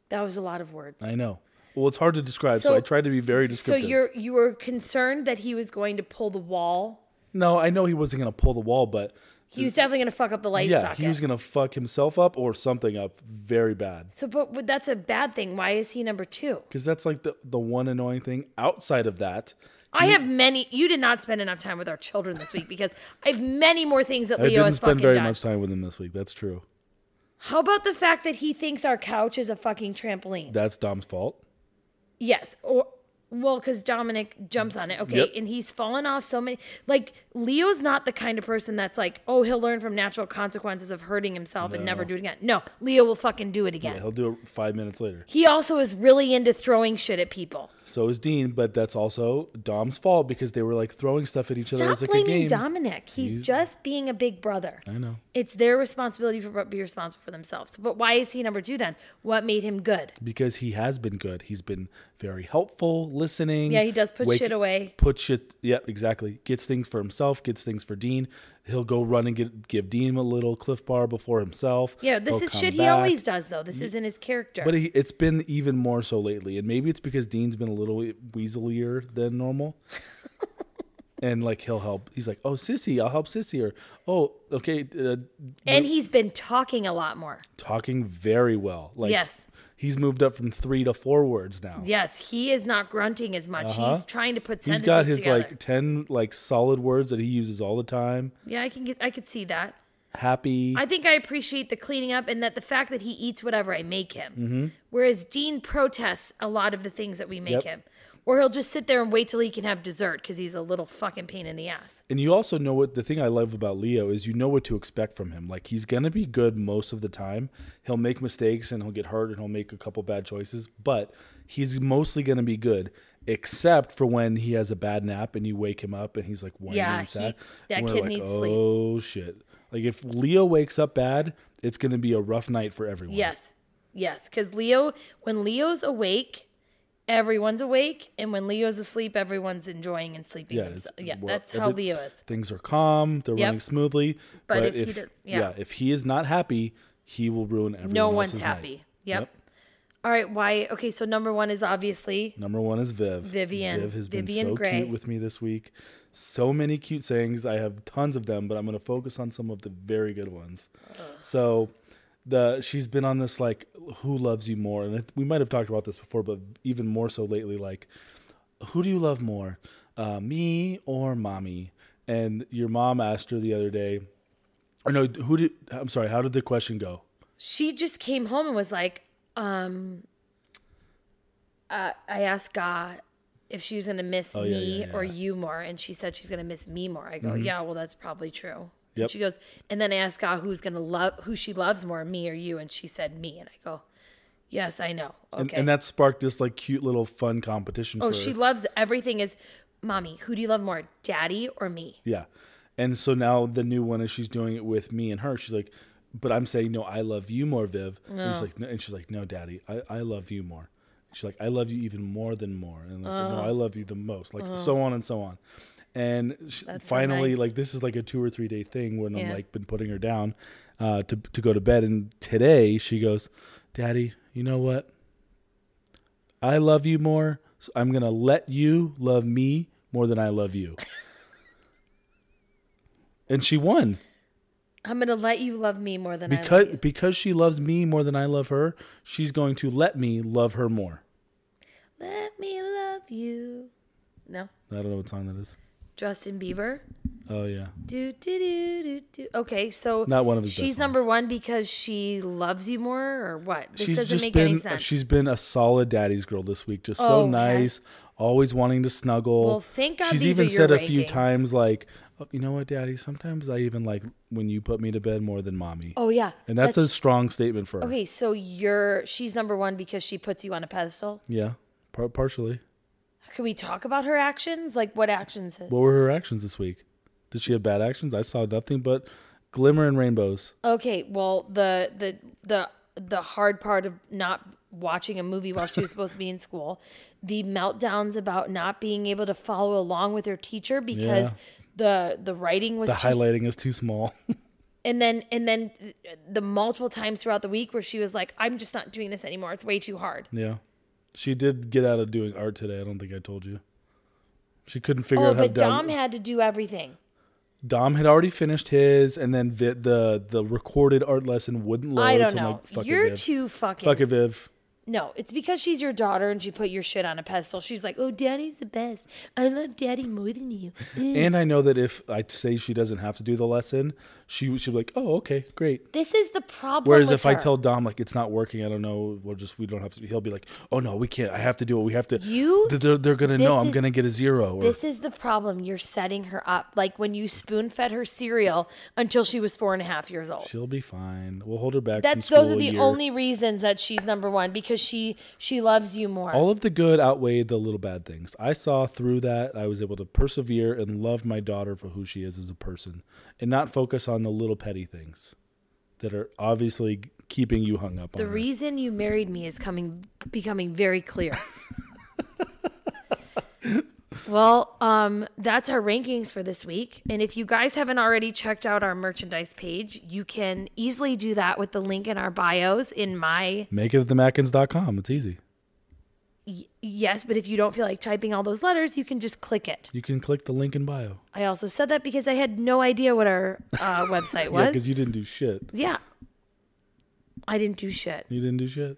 Speaker 1: That was a lot of words.
Speaker 2: I know. Well, it's hard to describe, so,
Speaker 1: So-
Speaker 2: I tried to be very
Speaker 1: So
Speaker 2: descriptive.
Speaker 1: you're you were concerned that he was going to pull the wall.
Speaker 2: no, I know he wasn't going to pull the wall, but
Speaker 1: He was definitely gonna fuck up the light
Speaker 2: Mm. yeah,
Speaker 1: socket.
Speaker 2: he was going to fuck himself up or something up very bad.
Speaker 1: so, but but that's a bad thing. Why is he number two?
Speaker 2: Because that's like the, the one annoying thing. Outside of that,
Speaker 1: I have many. You did not spend enough time with our children this week because I have many more things that
Speaker 2: I
Speaker 1: Leo
Speaker 2: didn't
Speaker 1: has fucking
Speaker 2: spend very
Speaker 1: done.
Speaker 2: much time with him this week. That's true.
Speaker 1: How about the fact that he thinks our couch is a fucking trampoline?
Speaker 2: That's Dom's fault.
Speaker 1: yes, or well, because Dominic jumps on it, okay,
Speaker 2: Yep.
Speaker 1: and he's fallen off so many. Like Leo's not the kind of person that's like, oh, he'll learn from natural consequences of hurting himself and never do it again. No, Leo will fucking do it again.
Speaker 2: He'll do it five minutes later.
Speaker 1: He also is really into throwing shit at people.
Speaker 2: So is Dean, but that's also Dom's fault because they were like throwing stuff at each other.
Speaker 1: Stop
Speaker 2: It's like a
Speaker 1: blaming
Speaker 2: game.
Speaker 1: Dominic. He's, just being a big brother.
Speaker 2: I know
Speaker 1: It's their responsibility to be responsible for themselves. But why is he number two then? What made him good?
Speaker 2: because he has been good. He's been very helpful, listening.
Speaker 1: Yeah, he does put
Speaker 2: wake-
Speaker 1: shit away.
Speaker 2: Put shit. Yeah, exactly. Gets things for himself. Gets things for Dean. He'll go run and get, give Dean a little Cliff Bar before himself.
Speaker 1: Yeah, this
Speaker 2: He'll
Speaker 1: is
Speaker 2: come
Speaker 1: shit he
Speaker 2: back.
Speaker 1: always does though. This isn't his character.
Speaker 2: But he, it's been even more so lately, and maybe it's because Dean's been a little we- weaselier than normal. and like he'll help. He's like, "Oh, sissy, I'll help sissy," or "Oh, okay." Uh,
Speaker 1: and he's been talking a lot more.
Speaker 2: talking very well. Like,
Speaker 1: Yes.
Speaker 2: he's moved up from three to four words now.
Speaker 1: Yes, he is not grunting as much.
Speaker 2: Uh-huh.
Speaker 1: He's trying to put
Speaker 2: He's
Speaker 1: sentences
Speaker 2: got his
Speaker 1: together.
Speaker 2: like ten like solid words that he uses all the time.
Speaker 1: yeah, I can get I could see that.
Speaker 2: Happy.
Speaker 1: I think I appreciate the cleaning up and that the fact that he eats whatever I make him. Whereas Dean protests a lot of the things that we make
Speaker 2: Mm-hmm. Yep.
Speaker 1: him. Or he'll just sit there and wait till he can have dessert because he's a little fucking pain in the ass.
Speaker 2: and you also know what the thing I love about Leo is you know what to expect from him. Like he's gonna be good most of the time. He'll make mistakes and he'll get hurt and he'll make a couple bad choices, but he's mostly gonna be good. Except for when he has a bad nap and you wake him up and he's like whining
Speaker 1: Yeah,
Speaker 2: and sad.
Speaker 1: he- that
Speaker 2: And we're
Speaker 1: kid
Speaker 2: like,
Speaker 1: needs sleep.
Speaker 2: oh shit. Like if Leo wakes up bad, it's gonna be a rough night for everyone.
Speaker 1: Yes. Yes. Because Leo, when Leo's awake, everyone's awake. And when Leo's asleep, everyone's enjoying and sleeping.
Speaker 2: Yeah,
Speaker 1: Yeah,
Speaker 2: it's-
Speaker 1: yeah
Speaker 2: well,
Speaker 1: that's how
Speaker 2: every-
Speaker 1: Leo is.
Speaker 2: things are calm, they're
Speaker 1: Yep.
Speaker 2: running smoothly. But,
Speaker 1: if he
Speaker 2: if,
Speaker 1: did-
Speaker 2: yeah.
Speaker 1: yeah.
Speaker 2: if he is not happy, he will ruin everyone.
Speaker 1: No one's
Speaker 2: else's night.
Speaker 1: happy. Yep. All right. Why? Okay. So number one is obviously
Speaker 2: Number one is Viv.
Speaker 1: Vivian.
Speaker 2: Viv has
Speaker 1: Vivian
Speaker 2: been so
Speaker 1: Grey.
Speaker 2: cute with me this week. So many cute sayings. I have tons of them, but I'm going to focus on some of the very good ones. So, the she's been on this like who loves you more, and I th- we might have talked about this before, but even more so lately. Like, who do you love more, uh, me or mommy? And your mom asked her the other day, or no, who did? I'm sorry. How did the question go?
Speaker 1: she just came home and was like, um, uh, I asked God if she was going to miss
Speaker 2: Oh, yeah,
Speaker 1: me
Speaker 2: yeah,
Speaker 1: or
Speaker 2: yeah.
Speaker 1: you more. And she said she's going to miss me more. I go, yeah, well, that's probably true. And
Speaker 2: Yep.
Speaker 1: She goes, and then I asked God who's going to love, who she loves more, me or you. And she said me. And I go, yes, I know. Okay.
Speaker 2: And, and that sparked this like cute little fun competition.
Speaker 1: oh,
Speaker 2: for
Speaker 1: she loves everything is mommy. Who do you love more, daddy or me?
Speaker 2: Yeah. And so now the new one is she's doing it with me and her. She's like, but I'm saying, no, I love you more, Viv. And, he's like, no, and she's like, no, daddy, I, I love you more. She's like, I love you even more than more. And like, no,
Speaker 1: Oh.
Speaker 2: I love you the most. Like, so on and so on. And sh
Speaker 1: so
Speaker 2: finally,
Speaker 1: nice.
Speaker 2: like, this is like a two or three day thing when I'm
Speaker 1: Yeah.
Speaker 2: like, been putting her down uh, to, to go to bed. And today she goes, Daddy, you know what? I love you more. So I'm going to let you love me more than I love you. and she won
Speaker 1: I'm going to let you love me more than I
Speaker 2: because
Speaker 1: love you.
Speaker 2: because she loves me more than I love her. She's going to let me love her more.
Speaker 1: Let me love you. No,
Speaker 2: I don't know what song that is.
Speaker 1: Justin Bieber.
Speaker 2: Oh yeah,
Speaker 1: Do do do do do. Okay, so
Speaker 2: Not one of his best
Speaker 1: She's number one because she loves you more, or what? This
Speaker 2: she's
Speaker 1: doesn't
Speaker 2: just
Speaker 1: make any
Speaker 2: been uh,
Speaker 1: sense.
Speaker 2: she's been a solid daddy's girl this week. Just
Speaker 1: Oh,
Speaker 2: so
Speaker 1: yeah.
Speaker 2: nice, always wanting to snuggle.
Speaker 1: Well, thank God
Speaker 2: she's
Speaker 1: these
Speaker 2: even
Speaker 1: are your
Speaker 2: said a few
Speaker 1: rankings.
Speaker 2: times like, oh, you know what, daddy? Sometimes I even like when you put me to bed more than mommy.
Speaker 1: oh yeah,
Speaker 2: and that's, a strong statement for her.
Speaker 1: okay. So you're she's number one because she puts you on a pedestal.
Speaker 2: Yeah, par- partially.
Speaker 1: Can we talk about her actions? Like what actions?
Speaker 2: What were her actions this week? Did she have bad actions? I saw nothing but glimmer and rainbows.
Speaker 1: Okay, well the the the the hard part of not watching a movie while she was supposed to be in school, the meltdowns about not being able to follow along with her teacher because.
Speaker 2: Yeah.
Speaker 1: The, the writing was
Speaker 2: The
Speaker 1: too
Speaker 2: highlighting is too small.
Speaker 1: and then and then the multiple times throughout the week where she was like i'm just not doing this anymore it's way too hard
Speaker 2: yeah. She did get out of doing art today. I don't think I told you. She couldn't figure
Speaker 1: oh
Speaker 2: out how
Speaker 1: but
Speaker 2: to down-
Speaker 1: dom had to do everything
Speaker 2: Dom had already finished his, and then the the, the recorded art lesson wouldn't load.
Speaker 1: i don't
Speaker 2: so I'm
Speaker 1: know
Speaker 2: like, fuck
Speaker 1: you're
Speaker 2: it, Viv.
Speaker 1: too fucking
Speaker 2: fuck it, Viv.
Speaker 1: no it's because she's your daughter and she put your shit on a pedestal she's like oh daddy's the best i love daddy more than you Mm.
Speaker 2: And I know that if I say she doesn't have to do the lesson, she she'd be like, "Oh, okay, great."
Speaker 1: this is the problem
Speaker 2: Whereas
Speaker 1: with
Speaker 2: if I
Speaker 1: her.
Speaker 2: tell Dom like it's not working, I don't know, we'll just we don't have to. He'll be like, "Oh no, we can't. I have to do it. We have to."
Speaker 1: You-
Speaker 2: Th- They're, they're gonna
Speaker 1: this
Speaker 2: know. I'm
Speaker 1: is-
Speaker 2: gonna get a zero. Or,
Speaker 1: this is the problem you're setting her up like when you spoon fed her cereal until she was four and a half years old
Speaker 2: She'll be fine. We'll hold her back.
Speaker 1: that's
Speaker 2: from
Speaker 1: those
Speaker 2: school
Speaker 1: are
Speaker 2: a
Speaker 1: the
Speaker 2: year.
Speaker 1: only reasons that she's number one because because she she loves you more.
Speaker 2: All of the good outweighed the little bad things. I saw through that. I was able to persevere and love my daughter for who she is as a person and not focus on the little petty things that are obviously keeping you hung up
Speaker 1: the
Speaker 2: on. her.
Speaker 1: reason you married me is coming becoming very clear. well, um, that's our rankings for this week. And if you guys haven't already checked out our merchandise page, you can easily do that with the link in our bios in my
Speaker 2: Make it at themackins.com. It's easy.
Speaker 1: y- yes, but if you don't feel like typing all those letters, you can just click it.
Speaker 2: You can click the link in bio.
Speaker 1: I also said that because I had no idea what our uh, website
Speaker 2: Yeah,
Speaker 1: was.
Speaker 2: because you didn't do shit.
Speaker 1: yeah. I didn't do shit.
Speaker 2: You didn't do shit.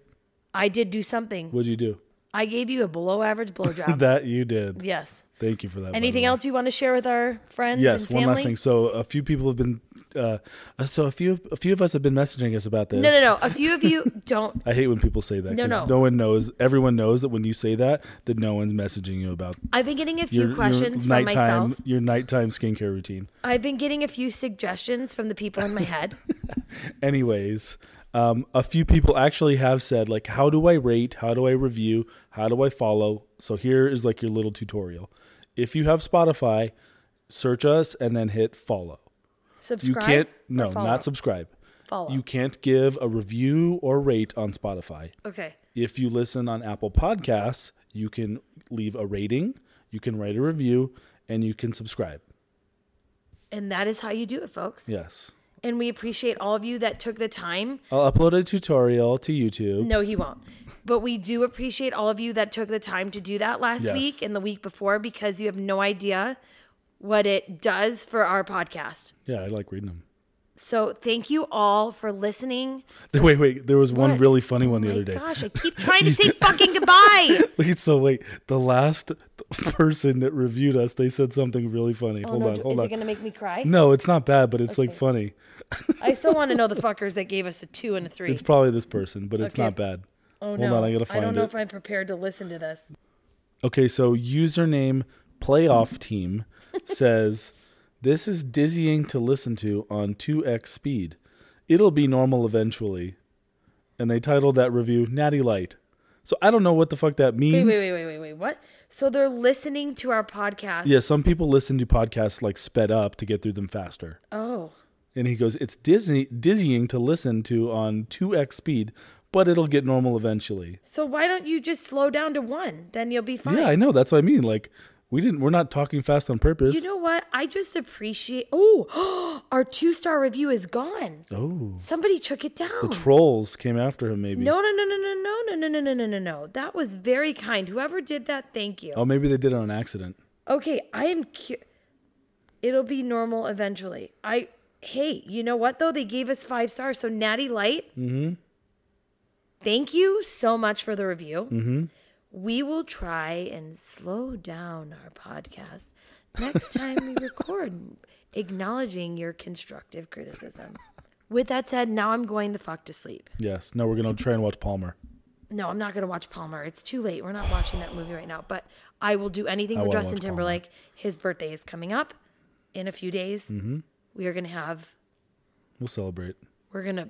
Speaker 1: I did do something.
Speaker 2: What'd you do?
Speaker 1: I gave you a below average blowjob.
Speaker 2: That you did.
Speaker 1: yes.
Speaker 2: Thank you for that. by the
Speaker 1: Um, Anything
Speaker 2: way.
Speaker 1: else you want to share with our friends?
Speaker 2: Yes,
Speaker 1: and
Speaker 2: one
Speaker 1: family?
Speaker 2: last thing. So a few people have been, uh, uh, so a few a few of us have been messaging us about this.
Speaker 1: No, no, no. A few of you don't.
Speaker 2: I hate when people say that
Speaker 1: No,
Speaker 2: because
Speaker 1: no.
Speaker 2: no, one knows. Everyone knows that when you say that, that no one's messaging you about
Speaker 1: I've been getting a few
Speaker 2: your,
Speaker 1: questions
Speaker 2: your
Speaker 1: from
Speaker 2: nighttime
Speaker 1: myself.
Speaker 2: your nighttime skincare routine.
Speaker 1: I've been getting a few suggestions from the people in my head.
Speaker 2: Anyways, um, a few people actually have said like, "How do I rate? How do I review? How do I follow?" So here is like your little tutorial. If you have Spotify, search us and then hit follow. You
Speaker 1: Subscribe.
Speaker 2: can't
Speaker 1: or
Speaker 2: no,
Speaker 1: follow?
Speaker 2: not subscribe.
Speaker 1: Follow.
Speaker 2: You can't give a review or rate on Spotify.
Speaker 1: okay.
Speaker 2: If you listen on Apple Podcasts, you can leave a rating, you can write a review, and you can subscribe.
Speaker 1: And that is how you do it, folks.
Speaker 2: Yes.
Speaker 1: And we appreciate all of you that took the time.
Speaker 2: I'll upload a tutorial to YouTube.
Speaker 1: No, he won't. But we do appreciate all of you that took the time to do that last
Speaker 2: Yes.
Speaker 1: week and the week before because you have no idea what it does for our podcast.
Speaker 2: Yeah, I like reading them.
Speaker 1: So thank you all for listening.
Speaker 2: Wait, wait. There was one
Speaker 1: What?
Speaker 2: really funny one
Speaker 1: Oh
Speaker 2: the
Speaker 1: my
Speaker 2: other day.
Speaker 1: gosh, I keep trying to say fucking goodbye.
Speaker 2: Wait, so wait. The last person that reviewed us, they said something really funny.
Speaker 1: Oh
Speaker 2: hold
Speaker 1: no,
Speaker 2: on,
Speaker 1: do-
Speaker 2: hold
Speaker 1: is
Speaker 2: on.
Speaker 1: it gonna make me cry?
Speaker 2: no, it's not bad, but it's like
Speaker 1: Okay.
Speaker 2: funny.
Speaker 1: I still want to know the fuckers that gave us a two and a three.
Speaker 2: It's probably this person, but it's
Speaker 1: Okay.
Speaker 2: not bad.
Speaker 1: oh
Speaker 2: hold
Speaker 1: no,
Speaker 2: on, I gotta find
Speaker 1: don't know
Speaker 2: it.
Speaker 1: if I'm prepared to listen to this.
Speaker 2: Okay, so username playoff team says this is dizzying to listen to on 2x speed. It'll be normal eventually. And they titled that review Natty Light. So I don't know what the fuck that
Speaker 1: Wait,
Speaker 2: means.
Speaker 1: wait, wait, wait, wait, wait. What? So they're listening to our podcast.
Speaker 2: Yeah, some people listen to podcasts like sped up to get through them faster.
Speaker 1: Oh.
Speaker 2: And he goes, "It's dizzy dizzying to listen to on 2x speed, but it'll get normal eventually."
Speaker 1: So why don't you just slow down to one? Then you'll be fine.
Speaker 2: Yeah, I know, that's what I mean. Like we didn't we're not talking fast on purpose.
Speaker 1: You know what? I just appreciate. Oh, our two star review is gone.
Speaker 2: oh.
Speaker 1: Somebody took it down.
Speaker 2: Trolls came after him maybe.
Speaker 1: Oh. no, no, no, no, no, no, no, no, no, no, no, no. That was very kind. Whoever did that, thank you.
Speaker 2: Oh, maybe they did it on accident.
Speaker 1: Okay, I am. Cu- It'll be normal eventually. I. Hey, you know what though? They gave us five stars, so Natty Light. Mm-hmm. Thank you so much for the review. Mm-hmm. We will try and slow down our podcast next time we record, acknowledging your constructive criticism. With that said, now I'm going the fuck to sleep.
Speaker 2: Yes. No, we're gonna try and watch Palmer.
Speaker 1: No, I'm not going to watch Palmer. It's too late. We're not watching that movie right now. But I will do anything for
Speaker 2: wanna
Speaker 1: Justin
Speaker 2: watch Palmer.
Speaker 1: Timberlake. His birthday is coming up in a few days.
Speaker 2: Mm-hmm.
Speaker 1: We are going to have.
Speaker 2: We'll celebrate.
Speaker 1: We're going to.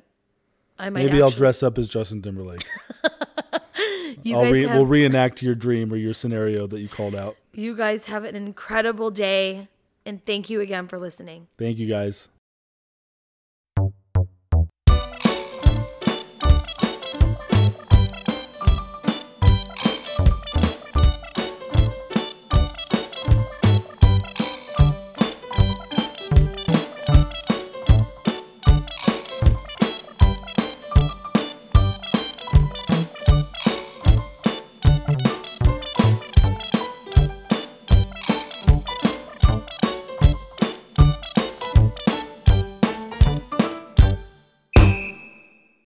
Speaker 1: I might.
Speaker 2: Maybe I'll
Speaker 1: actually-
Speaker 2: dress up as Justin Timberlake.
Speaker 1: You
Speaker 2: I'll
Speaker 1: guys
Speaker 2: re-
Speaker 1: have.
Speaker 2: we'll reenact your dream or your scenario that you called out.
Speaker 1: you guys have an incredible day, and thank you again for listening.
Speaker 2: Thank you guys.